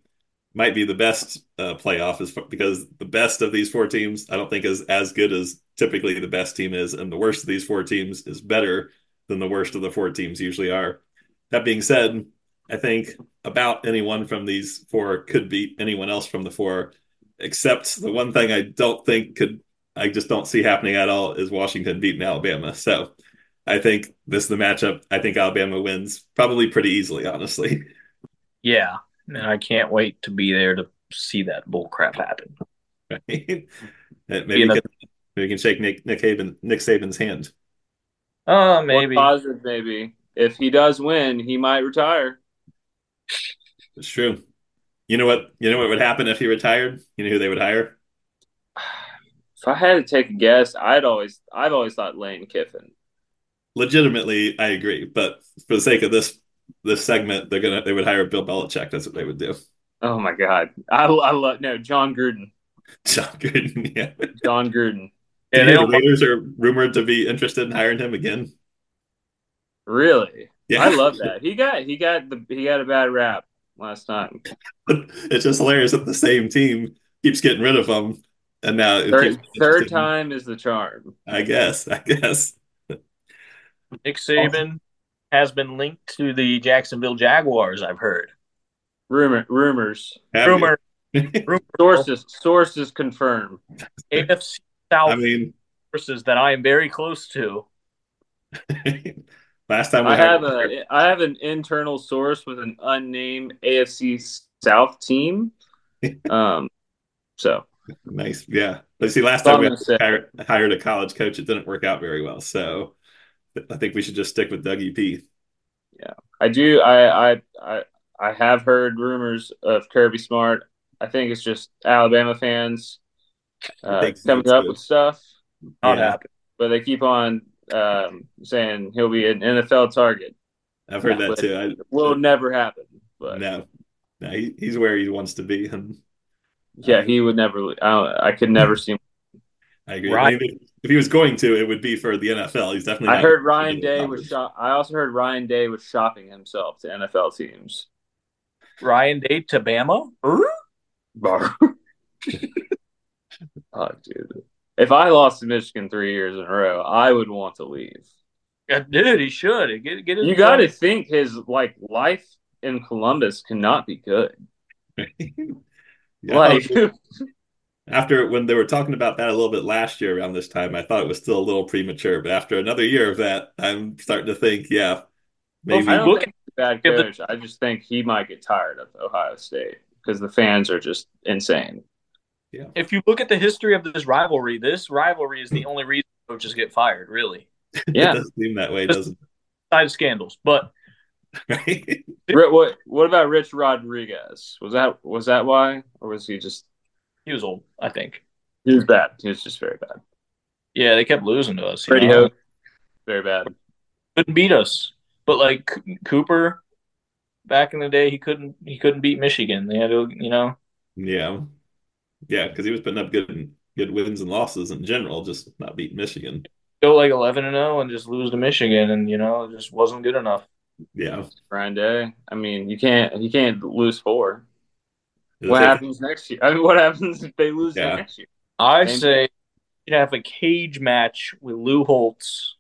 Speaker 4: might be the best uh, playoff is because the best of these four teams, I don't think is as good as typically the best team is, and the worst of these four teams is better than the worst of the four teams usually are. That being said, I think about anyone from these four could beat anyone else from the four, except the one thing I don't think could, I just don't see happening at all is Washington beating Alabama. So. I think this is the matchup. I think Alabama wins probably pretty easily, honestly.
Speaker 2: Yeah. And I can't wait to be there to see that bull crap happen.
Speaker 4: Right? Maybe,
Speaker 2: You
Speaker 4: we
Speaker 2: know-
Speaker 4: can, maybe we can shake Nick Nick, Haven, Nick Saban's hand.
Speaker 2: Oh,
Speaker 3: One
Speaker 2: maybe.
Speaker 3: positive, maybe. If he does win, he might retire.
Speaker 4: It's true. You know what? You know what would happen if he retired? You know who they would hire?
Speaker 3: If I had to take a guess, I'd always, I've always thought Lane Kiffin.
Speaker 4: Legitimately, I agree. But for the sake of this this segment, they're gonna they would hire Bill Belichick. That's what they would do.
Speaker 3: Oh my god, I, I love no John Gruden.
Speaker 4: John Gruden. Yeah.
Speaker 3: John Gruden,
Speaker 2: Yeah, they
Speaker 4: the
Speaker 2: don't-
Speaker 4: Raiders are rumored to be interested in hiring him again.
Speaker 3: really?
Speaker 4: Yeah.
Speaker 3: I love that. He got, he got the, he got a bad rap last time.
Speaker 4: it's just hilarious that the same team keeps getting rid of him, and now it
Speaker 3: Third,
Speaker 4: keeps-
Speaker 3: third time is the charm.
Speaker 4: I guess. I guess.
Speaker 2: Nick Saban has been linked to the Jacksonville Jaguars, I've heard.
Speaker 3: Rumor, rumors,
Speaker 4: Have you?
Speaker 2: Rumor
Speaker 3: sources, sources confirm.
Speaker 2: AFC South
Speaker 4: I mean,
Speaker 2: forces that I am very close to.
Speaker 4: last time we
Speaker 3: I have
Speaker 4: had
Speaker 3: a I have an internal source with an unnamed AFC South team. Um, so
Speaker 4: nice. Yeah. But see, last
Speaker 3: That's
Speaker 4: time we
Speaker 3: all I'm gonna
Speaker 4: hired, hired a college coach, it didn't work out very well. So I think we should just stick with Dougie P.
Speaker 3: I do I I I, I have heard rumors of Kirby Smart. I think it's just Alabama fans uh,
Speaker 4: Thanks,
Speaker 3: coming
Speaker 4: that's
Speaker 3: up
Speaker 4: good.
Speaker 3: with stuff,
Speaker 2: Not
Speaker 4: Yeah.
Speaker 2: happen.
Speaker 3: but they keep on um, saying he'll be an NFL target.
Speaker 4: I've heard
Speaker 3: Yeah,
Speaker 4: that too. I,
Speaker 3: It will never happen. But
Speaker 4: no, no, he, he's where he wants to be, and
Speaker 3: yeah, he would never. I, I could never see him.
Speaker 4: I agree.
Speaker 2: Right.
Speaker 4: Maybe if he was going to, it would be for the NFL. He's definitely.
Speaker 3: I
Speaker 4: not
Speaker 3: heard
Speaker 4: gonna
Speaker 3: Ryan
Speaker 4: go to
Speaker 3: Day was
Speaker 4: college.
Speaker 3: shop. I also heard Ryan Day was shopping himself to NFL teams.
Speaker 2: Ryan Day to Bama? Er?
Speaker 3: Bar. oh, dude. If I lost to Michigan three years in a row, I would want to leave.
Speaker 2: Yeah, Dude, he should. Get, get his-
Speaker 3: You got to think his like life in Columbus cannot be good.
Speaker 4: Yeah.
Speaker 2: Oh,
Speaker 3: Like,
Speaker 4: after when they were talking about that a little bit last year around this time, I thought it was still a little premature. But after another year of that, I'm starting to think, yeah, maybe
Speaker 2: Well,
Speaker 3: I don't
Speaker 2: Look
Speaker 3: think he's a bad
Speaker 2: give the-
Speaker 3: coach. I just think he might get tired of Ohio State because the fans are just insane.
Speaker 2: if you look at the history of this rivalry, this rivalry is the only reason coaches get fired, really.
Speaker 4: it
Speaker 3: Yeah,
Speaker 4: does seem that way,
Speaker 2: Just-
Speaker 4: doesn't
Speaker 2: Side of scandals. But
Speaker 4: right?
Speaker 3: Ri- What what about Rich Rodriguez? Was that was that why, or was he just
Speaker 2: He was old, I think.
Speaker 3: he was bad? He was just very bad.
Speaker 2: Yeah, they kept losing to us. you
Speaker 3: Brady
Speaker 2: know?
Speaker 3: Hoke, very bad.
Speaker 2: couldn't beat us. But like C- Cooper, back in the day, he couldn't he couldn't beat Michigan. They had to, you know,
Speaker 4: yeah, yeah, because he was putting up good good wins and losses in general, just not beat Michigan.
Speaker 2: go like eleven and zero and just lose to Michigan, and you know, it just wasn't good enough.
Speaker 4: Yeah,
Speaker 3: Ryan Day. I mean, you can't you can't lose four.
Speaker 4: It's
Speaker 3: what
Speaker 4: like-
Speaker 3: happens next year? I mean, what happens if they lose
Speaker 4: Yeah.
Speaker 3: next year?
Speaker 2: I
Speaker 3: Same.
Speaker 2: say you have a cage match with Lou Holtz.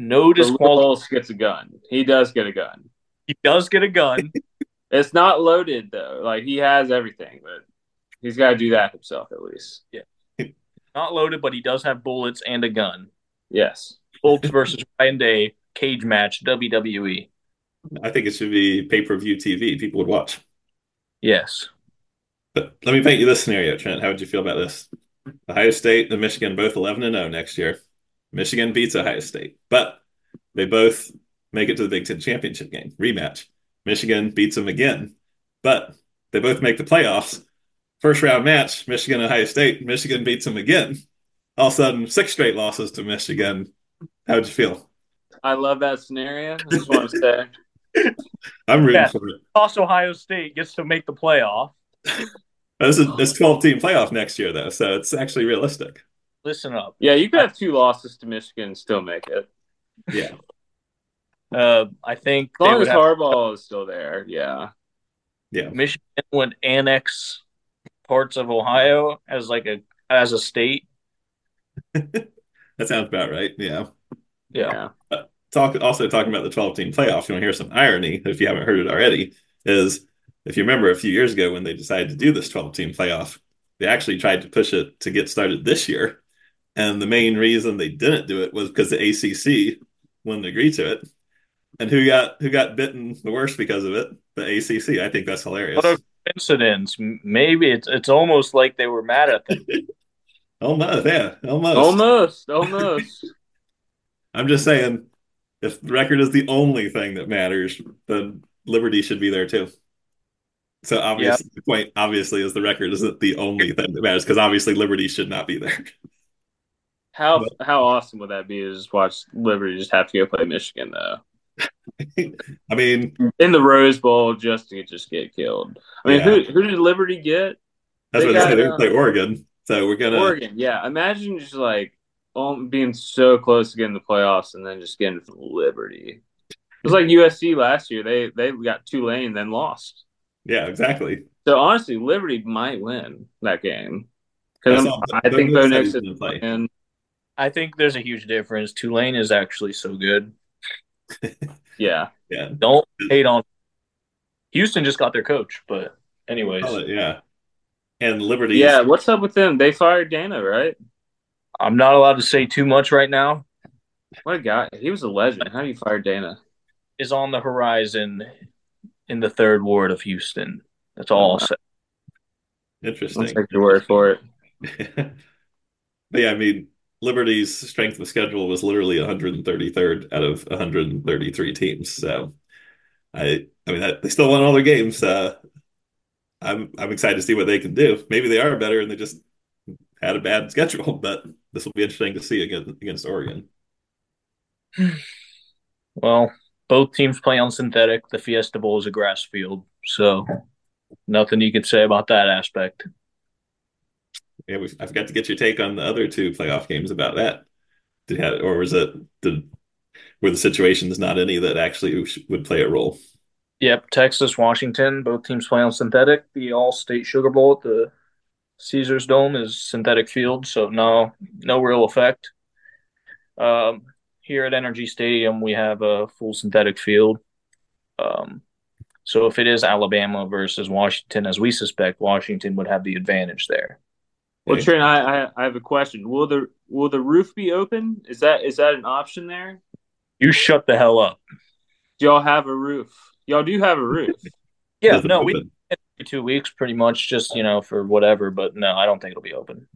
Speaker 2: No
Speaker 3: Just
Speaker 2: disqualification.
Speaker 3: gets a gun. He does get a gun.
Speaker 2: He does get a gun.
Speaker 3: It's not loaded though. Like he has everything, but he's got to do that himself at least.
Speaker 2: Not loaded, but he does have bullets and a gun.
Speaker 3: Yes.
Speaker 2: Holtz versus Ryan Day cage match E. WWE.
Speaker 4: I think it should be pay per view TV. People would watch.
Speaker 2: Yes.
Speaker 4: But let me paint you this scenario, Trent. How would you feel about this? Ohio State and Michigan both 11 and 0 next year. Michigan beats Ohio State, but they both make it to the Big Ten championship game rematch. Michigan beats them again, but they both make the playoffs. First round match, Michigan Ohio State. Michigan beats them again. All of a sudden, six straight losses to Michigan. How would you feel?
Speaker 3: I love that scenario. I just want to say
Speaker 4: I'm rooting
Speaker 2: Yeah.
Speaker 4: for it.
Speaker 2: Plus, Ohio State gets to make the playoff.
Speaker 4: This is it's 12 team playoff next year though, so it's actually realistic.
Speaker 2: Listen up.
Speaker 3: Yeah, you could have two losses to Michigan and still make it. As
Speaker 4: Yeah,
Speaker 2: Uh, I think they
Speaker 3: long
Speaker 2: would
Speaker 3: as
Speaker 2: have,
Speaker 3: Harbaugh is still there, yeah.
Speaker 4: yeah.
Speaker 2: Michigan would annex parts of Ohio as like a as a state.
Speaker 4: That sounds about right. Yeah.
Speaker 2: Yeah.
Speaker 3: Yeah.
Speaker 4: talk also talking about the 12 team playoff you want to hear some irony if you haven't heard it already is if you remember a few years ago when they decided to do this 12 team playoff they actually tried to push it to get started this year and the main reason they didn't do it was because the ACC wouldn't agree to it and who got who got bitten the worst because of it the ACC I think that's hilarious
Speaker 2: What a coincidence. M- Maybe it's it's almost like they were mad at them.
Speaker 4: almost yeah almost
Speaker 3: Almost, almost.
Speaker 4: I'm just saying if the record is the only thing that matters then Liberty should be there too So obviously, the point obviously is the record isn't the only thing that matters because obviously Liberty should not be there.
Speaker 3: How how awesome would that be to just watch Liberty just have to go play Michigan though?
Speaker 4: I mean,
Speaker 3: In the Rose Bowl just to just get killed. I mean
Speaker 4: Yeah.
Speaker 3: who who did Liberty get?
Speaker 4: that's
Speaker 3: They
Speaker 4: what I
Speaker 3: got,
Speaker 4: said. They
Speaker 3: uh,
Speaker 4: play Oregon, so we're gonna.
Speaker 3: Oregon, yeah. Imagine just like all, being so close to getting the playoffs and then just getting Liberty. It was like USC last year. They they got Tulane then lost.
Speaker 4: Yeah, exactly.
Speaker 3: So honestly, Liberty might win that game
Speaker 4: That's
Speaker 3: because
Speaker 4: all.
Speaker 3: I
Speaker 4: Bo
Speaker 3: think
Speaker 4: Nix
Speaker 3: Bo
Speaker 4: said
Speaker 3: Nix
Speaker 4: he's
Speaker 3: is
Speaker 4: gonna play.
Speaker 3: and
Speaker 2: I think there's a huge difference. Tulane is actually so good.
Speaker 3: yeah.
Speaker 4: Yeah,
Speaker 2: Don't hate on Houston just got their coach, but anyways.
Speaker 4: Call it, yeah. And Liberty,
Speaker 3: Yeah, what's up with them? They fired Dana, right?
Speaker 2: I'm not allowed to say too much right now.
Speaker 3: What a guy. He was a legend. How do you fire Dana?
Speaker 2: Is on the horizon in the third ward of Houston. That's all I'll say.
Speaker 4: interesting.
Speaker 3: I'll take your word for it.
Speaker 4: but yeah, I mean, Liberty's strength of schedule was literally 133rd out of 133 teams. So, I, I mean, that, they still won all their games. Uh, I'm, I'm excited to see what they can do. Maybe they are better, and they just had a bad schedule. But this will be interesting to see again against Oregon.
Speaker 2: Well, both teams play on synthetic. The Fiesta Bowl is a grass field, so nothing you could say about that aspect.
Speaker 4: Yeah, we I forgot to get your take on the other two playoff games about that. Did had, or was it did were the situations not any that actually would play a role?
Speaker 2: Yep, Texas, Washington, both teams play on synthetic. The All State Sugar Bowl at the Caesars Dome is synthetic field, so no, no real effect. Um, here at Energy Stadium, we have a full synthetic field. Um, so if it is Alabama versus Washington, as we suspect, Washington would have the advantage there.
Speaker 3: Well,
Speaker 4: Okay.
Speaker 3: Trent, I, I I have a question. Will the will the roof be open? Is that is that an option there?
Speaker 2: You shut the hell up.
Speaker 3: Do y'all have a roof? Y'all do have a roof.
Speaker 2: Yeah,
Speaker 4: Doesn't
Speaker 2: no, we
Speaker 4: open.
Speaker 2: two weeks pretty much just you know for whatever but no i don't think it'll be open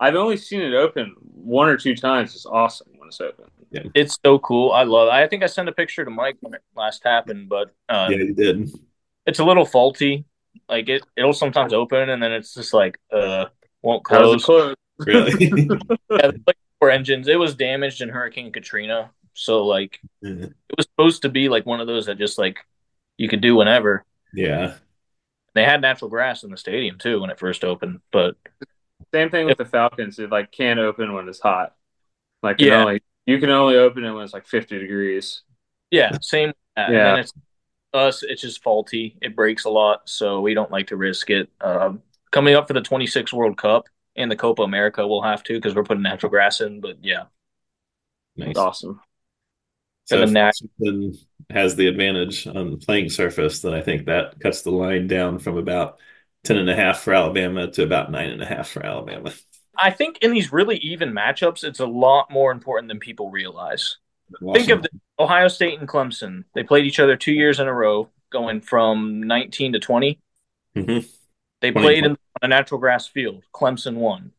Speaker 3: I've only seen it open one or two times. It's awesome when it's open.
Speaker 2: It's so cool. I love. It. I think I sent a picture to Mike when it last happened, but uh,
Speaker 4: yeah, you did.
Speaker 2: it's a little faulty. Like it, it'll sometimes open and then it's just like uh won't
Speaker 3: How does it
Speaker 2: close.
Speaker 3: close?
Speaker 4: Really?
Speaker 2: Yeah, there's, like four engines. It was damaged in Hurricane Katrina, so like it was supposed to be like one of those that just like you could do whenever.
Speaker 4: yeah.
Speaker 2: They had natural grass in the stadium too when it first opened, but
Speaker 3: Same thing with the Falcons. It like can't open when it's hot. Like
Speaker 2: Yeah.
Speaker 3: yeah. only, you can only open it when it's like 50 degrees.
Speaker 2: yeah, same. Yeah. And
Speaker 3: Yeah.
Speaker 2: then it's us. It's just faulty. It breaks a lot, so we don't like to risk it. Um, coming up for the 26 World Cup and the Copa America, we'll have to because we're putting natural grass in. But yeah,
Speaker 4: Nice.
Speaker 3: It's awesome.
Speaker 4: So
Speaker 2: the
Speaker 4: if
Speaker 2: nat-
Speaker 4: something has the advantage on the playing surface, then I think that cuts the line down from about ten and a half for Alabama to about nine and a half for Alabama.
Speaker 2: I think in these really even matchups, it's a lot more important than people realize. Think of the, Ohio State and Clemson. They played each other two years in a row, going from 19 to 20.
Speaker 4: Mhm.
Speaker 2: They
Speaker 4: 20.
Speaker 2: played in, on a natural grass field. Clemson won.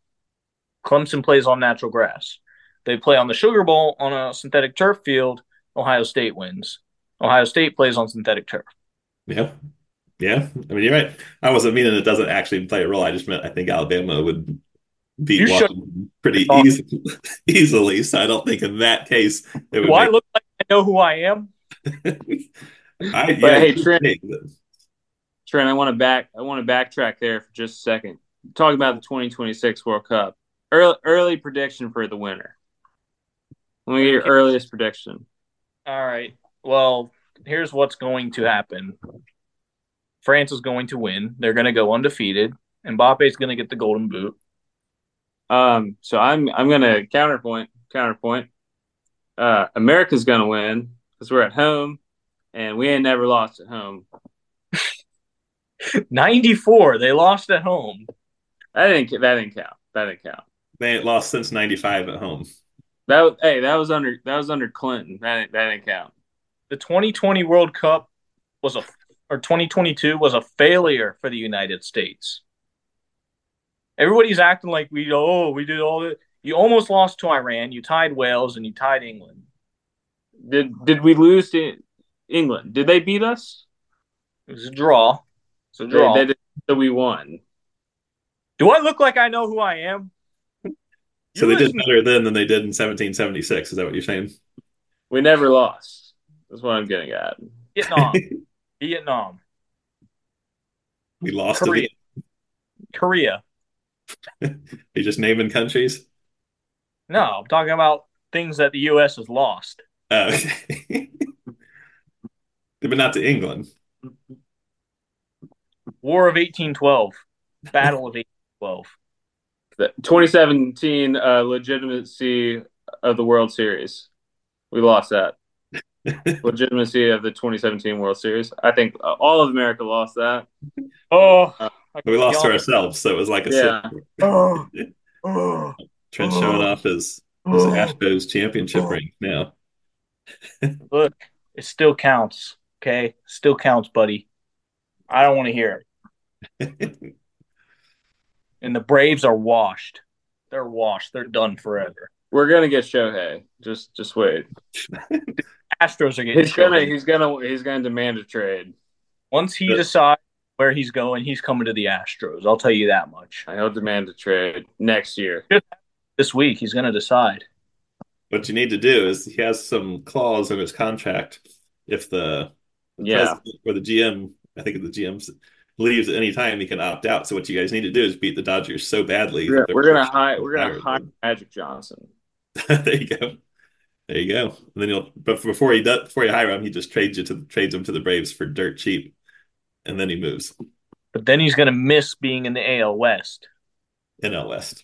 Speaker 2: Clemson plays on natural grass. They play on the Sugar Bowl on a synthetic turf field. Ohio State wins. Ohio State plays on synthetic turf.
Speaker 4: Yeah. Yeah. I mean, you're right. I wasn't meaning it doesn't actually play a role. I just meant I think Alabama would beat
Speaker 2: You shut-
Speaker 4: Washington pretty
Speaker 2: Oh.
Speaker 4: easy, easily. So I don't think in that case it would
Speaker 2: Do I
Speaker 4: make-
Speaker 2: look like I know who I am?
Speaker 4: I,
Speaker 3: But
Speaker 4: yeah,
Speaker 3: hey, Trent-
Speaker 4: hey, the-
Speaker 3: Trent, I want to back. I want to backtrack there for just a second. Talk about the 2026 World Cup. Early, early prediction for the winner. Let me get your earliest prediction.
Speaker 2: All right. Well, here's what's going to happen. France is going to win. They're going to go undefeated. Mbappe's going to get the golden boot.
Speaker 3: Um, so I'm I'm gonna counterpoint counterpoint. Uh, America's gonna win because we're at home, and we ain't never lost at home.
Speaker 2: 94. They lost at home.
Speaker 3: That didn't ca- that didn't count. That didn't count.
Speaker 4: they ain't lost since 95 at home.
Speaker 3: That was- hey, that was under that was under Clinton. That didn't, that didn't count.
Speaker 2: The 2020 World Cup was a or 2022 was a failure for the United States. Everybody's acting like we oh, we did all that. You almost lost to Iran, you tied Wales and you tied England.
Speaker 3: Did did we lose to England? Did they beat us?
Speaker 2: It was a draw. It's a
Speaker 3: They,
Speaker 2: draw.
Speaker 3: they did, so we won.
Speaker 2: Do I look like I know who I am?
Speaker 4: So
Speaker 2: You
Speaker 4: they did
Speaker 2: listen-
Speaker 4: better then than they did in 1776. Is that what you're saying?
Speaker 3: We never lost. That's what I'm getting at.
Speaker 2: Vietnam. Vietnam.
Speaker 4: We lost to
Speaker 2: Korea.
Speaker 4: Viet-
Speaker 2: Korea.
Speaker 4: you just naming countries.
Speaker 2: No, I'm talking about things that the US has lost.
Speaker 4: Oh, okay. but not to England.
Speaker 2: War of 1812. Battle of 1812.
Speaker 3: The 2017 uh, legitimacy of the World Series. We lost that. legitimacy of the 2017 World Series. I think uh, all of America lost that.
Speaker 2: Oh,
Speaker 4: We lost to
Speaker 2: Y'all-
Speaker 4: ourselves, so it was like a
Speaker 3: Yeah.
Speaker 2: Oh, oh,
Speaker 4: Trent showing off his,
Speaker 2: uh,
Speaker 4: his Astros championship ring now.
Speaker 2: Look, it still counts. Okay, still counts, buddy. I don't want to hear it. And the Braves are washed. They're washed. They're done forever.
Speaker 3: We're gonna get Shohei. Just just wait.
Speaker 2: Astros are getting
Speaker 3: He's gonna
Speaker 2: shredded.
Speaker 3: he's gonna he's gonna demand a trade.
Speaker 2: Once he decides where he's going, he's coming to the Astros. I'll tell you that much.
Speaker 3: He'll demand a trade next year.
Speaker 2: This week, he's going to decide.
Speaker 4: What you need to do is he has some clause in his contract if the, the
Speaker 3: Yeah.
Speaker 4: president or the GM, I think the GM leaves at any time, he can opt out. So what you guys need to do is beat the Dodgers so badly.
Speaker 3: We're,
Speaker 4: that they're-
Speaker 3: we're gonna hire we're gonna
Speaker 4: Fire
Speaker 3: hire
Speaker 4: them.
Speaker 3: Magic Johnson.
Speaker 4: there you go. There you go. And then he'll but before he does before you hire him, he just trades you to trades him to the Braves for dirt cheap. And then he moves
Speaker 2: But then he's going to miss being in the AL West.
Speaker 4: NL West.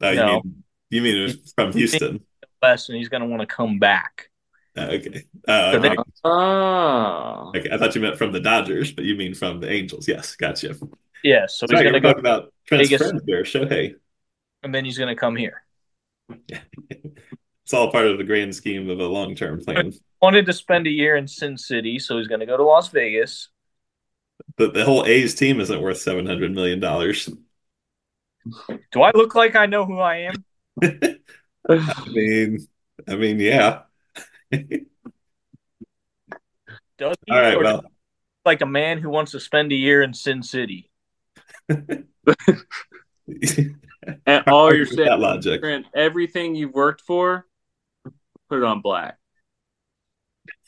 Speaker 4: Oh, you
Speaker 2: No.
Speaker 4: mean you mean from Houston.
Speaker 2: West, and he's going to want to come back.
Speaker 4: Oh, okay. Oh,
Speaker 2: So
Speaker 4: okay.
Speaker 2: they-
Speaker 3: Oh,
Speaker 4: Okay, I thought you meant from the Dodgers, but you mean from the Angels. Yes, gotcha. So
Speaker 2: Yeah, so he's
Speaker 4: Sorry,
Speaker 2: going
Speaker 4: you're
Speaker 2: to go,
Speaker 4: talking about Trent's
Speaker 2: Vegas.
Speaker 4: friend here, Shohei.
Speaker 2: and then he's going to come here.
Speaker 4: It's all part of the grand scheme of a long-term plan.
Speaker 2: Wanted to spend a year in Sin City, so he's going to go to Las Vegas.
Speaker 4: the, the whole A's team isn't worth seven hundred million dollars.
Speaker 2: Do I look like I know who I am?
Speaker 4: I mean, I mean, yeah.
Speaker 2: Does he,
Speaker 4: All right,
Speaker 2: or
Speaker 4: well,
Speaker 2: like a man who wants to spend a year in Sin City?
Speaker 3: And all your
Speaker 4: With that
Speaker 3: savings,
Speaker 4: logic.
Speaker 3: and everything you've worked for, put it on black.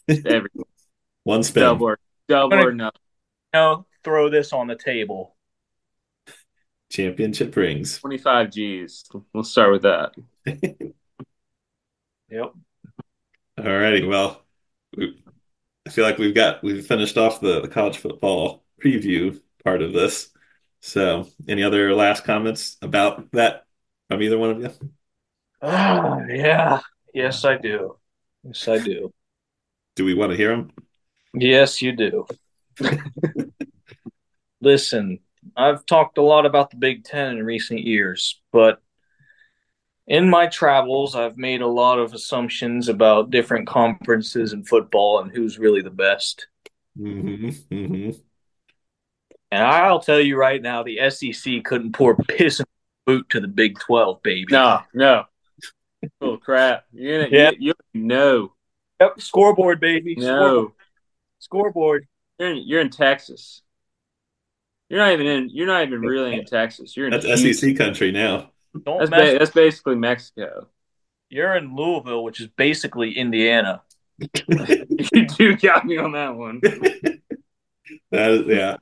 Speaker 3: Every
Speaker 4: One spin.
Speaker 3: double, or, double or nothing.
Speaker 2: No, throw this on the table.
Speaker 4: Championship rings.
Speaker 3: Twenty-five G's. Let's start with that.
Speaker 2: Yep.
Speaker 4: Alrighty, well, we- I feel like we've got we've finished off the, the college football preview part of this. So, any other last comments about that from either one of you?
Speaker 2: Ah, yeah. Yes, I do. Yes, I do.
Speaker 4: Do we want to hear them?
Speaker 2: Yes, you do. Listen, I've talked a lot about the Big Ten in recent years, but in my travels, I've made a lot of assumptions about different conferences in football and who's really the best.
Speaker 4: Mm-hmm, mm-hmm.
Speaker 2: And I'll tell you right now, the SEC couldn't pour piss in the boot to the Big 12, baby.
Speaker 3: No, no. Oh crap! You're gonna,
Speaker 2: Yeah.
Speaker 3: you, you no,
Speaker 2: Yep, scoreboard, baby. Scoreboard.
Speaker 3: no.
Speaker 2: scoreboard.
Speaker 3: You're in, you're in Texas. You're not even in. You're not even really in Texas. You're in
Speaker 4: That's E
Speaker 3: Houston.
Speaker 4: SEC country now.
Speaker 2: Don't
Speaker 3: That's,
Speaker 2: mess
Speaker 3: ba- that's basically Mexico.
Speaker 2: You're in Louisville, which is basically Indiana.
Speaker 3: You do got me on that one.
Speaker 4: That is, yeah.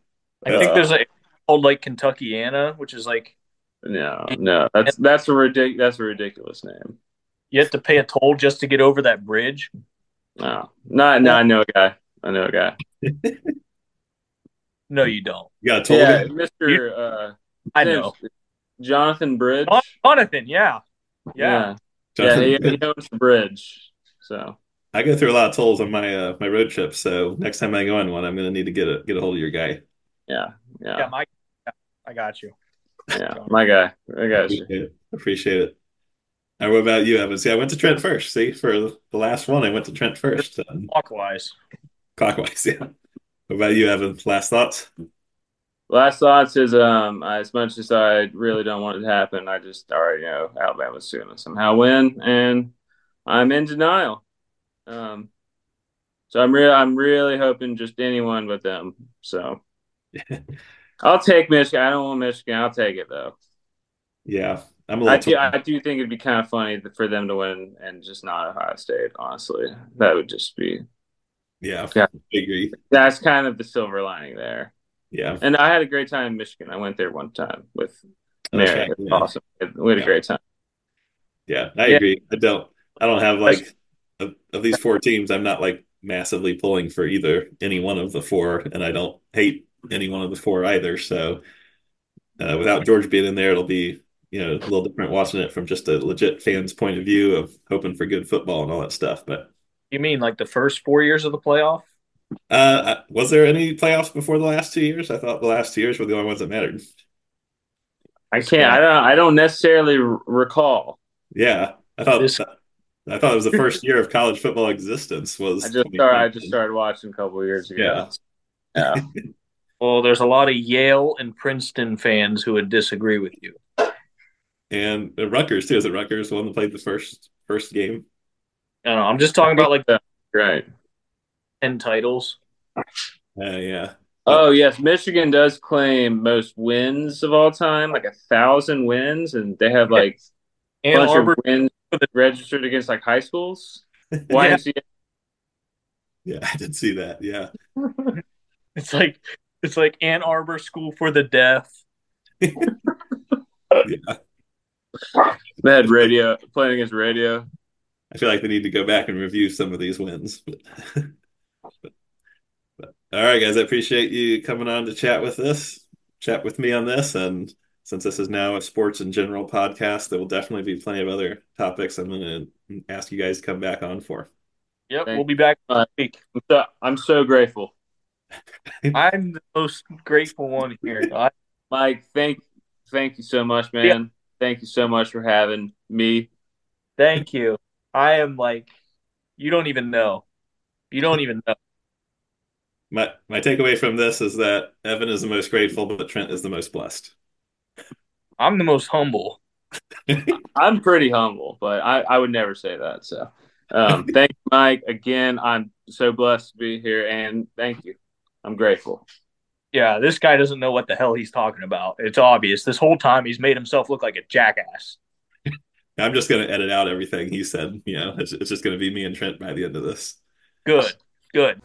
Speaker 2: I think
Speaker 4: Uh,
Speaker 2: there's a called like Kentuckiana, which is like
Speaker 3: No, no, that's that's a ridic- that's a ridiculous name.
Speaker 2: you have to pay a toll just to get over that bridge.
Speaker 3: No, no, no. I know a guy. I know a guy.
Speaker 2: No, you don't.
Speaker 4: You got told
Speaker 3: Yeah,
Speaker 4: it.
Speaker 3: Mister. Uh,
Speaker 2: I
Speaker 3: his
Speaker 2: know.
Speaker 3: name's Jonathan Bridge.
Speaker 2: Jon- Jonathan, yeah. Yeah.
Speaker 3: yeah, he, he owns the bridge. So
Speaker 4: I go through a lot of tolls on my uh, my road trip, so next time I go on one, I'm gonna need to get a get a hold of your guy.
Speaker 3: yeah, yeah,
Speaker 2: Yeah, my I got you.
Speaker 3: yeah. My guy, I got you.
Speaker 4: Appreciate it. Appreciate it. And what about you, Evan? See, I went to Trent first. See, for the last one, I went to Trent first. Um,
Speaker 2: Clockwise.
Speaker 4: clockwise, yeah. What about you, Evan? Last thoughts?
Speaker 3: Last thoughts is um as much as I really don't want it to happen, I just already know Alabama's going to somehow win, and I'm in denial. Um, so I'm real. I'm really hoping just anyone but them. So I'll take Michigan. I don't want Michigan. I'll take it though.
Speaker 4: Yeah, I'm a
Speaker 3: I
Speaker 4: little.
Speaker 3: do. I do think it'd be kind of funny for them to win and just not Ohio State. Honestly, that would just be.
Speaker 4: yeah,
Speaker 3: Yeah.
Speaker 4: I agree.
Speaker 3: That's kind of the silver lining there.
Speaker 4: Yeah,
Speaker 3: And I had a great time in Michigan. I went there one time with
Speaker 4: That's
Speaker 3: Mary.
Speaker 4: right,
Speaker 3: It was
Speaker 4: yeah.
Speaker 3: awesome. We had a
Speaker 4: Yeah.
Speaker 3: great time.
Speaker 4: yeah, I
Speaker 2: Yeah.
Speaker 4: agree. I don't. I don't have like of, of these four teams. I'm not like massively pulling for either any one of the four, and I don't hate any one of the four either. So uh, without George being in there, it'll be you know a little different watching it from just a legit fan's point of view of hoping for good football and all that stuff. But
Speaker 2: You mean like the first four years of the playoff?
Speaker 4: uh, I- was there any playoffs before the last two years? I thought the last two years were the only ones that mattered.
Speaker 3: I can't. I don't. I don't necessarily r- recall.
Speaker 4: Yeah, I thought
Speaker 2: This-
Speaker 4: I thought it was the first year of college football existence was.
Speaker 3: I just started. I just started watching a couple of years ago. Yeah.
Speaker 2: Well, there's a lot of Yale and Princeton fans who would disagree with you.
Speaker 4: and uh, Rutgers too. Is it Rutgers the one that played the first first game?
Speaker 2: I don't know, I'm just talking about like
Speaker 3: Right.
Speaker 2: ten titles.
Speaker 4: Uh, yeah,
Speaker 3: Oh yes, Michigan does claim most wins of all time, like a thousand wins, and they have like a
Speaker 2: Ann
Speaker 3: bunch
Speaker 2: Arbor,
Speaker 3: of wins registered against like high schools. YMCA.
Speaker 4: yeah, I did see that. Yeah,
Speaker 2: it's like it's like Ann Arbor School for the Deaf.
Speaker 3: They had radio playing against radio.
Speaker 4: I feel like they need to go back and review some of these wins. But, but- but- all right, guys, I appreciate you coming on to chat with us, chat with me on this, and since this is now a sports and general podcast, there will definitely be plenty of other topics I'm going to ask you guys to come back on for.
Speaker 2: Yep,
Speaker 3: Thank
Speaker 2: we'll be back
Speaker 3: Uh,
Speaker 2: next week.
Speaker 3: I'm so, I'm so grateful,
Speaker 2: I'm the most grateful one here. I,
Speaker 3: Mike. Thank thank you so much, man. Thank you so much for having me.
Speaker 2: thank you. I am like, you don't even know. You don't even know.
Speaker 4: My my takeaway from this is that Evan is the most grateful, but Trent is the most blessed.
Speaker 2: I'm the most humble.
Speaker 3: I'm pretty humble, but I, I would never say that. So, um, thank you, Mike. Again, I'm so blessed to be here, and thank you. I'm grateful.
Speaker 2: Yeah, this guy doesn't know what the hell he's talking about. It's obvious. This whole time he's made himself look like a jackass.
Speaker 4: I'm just going to edit out everything he said. You know, it's, it's just going to be me and Trent by the end of this.
Speaker 2: Good, good.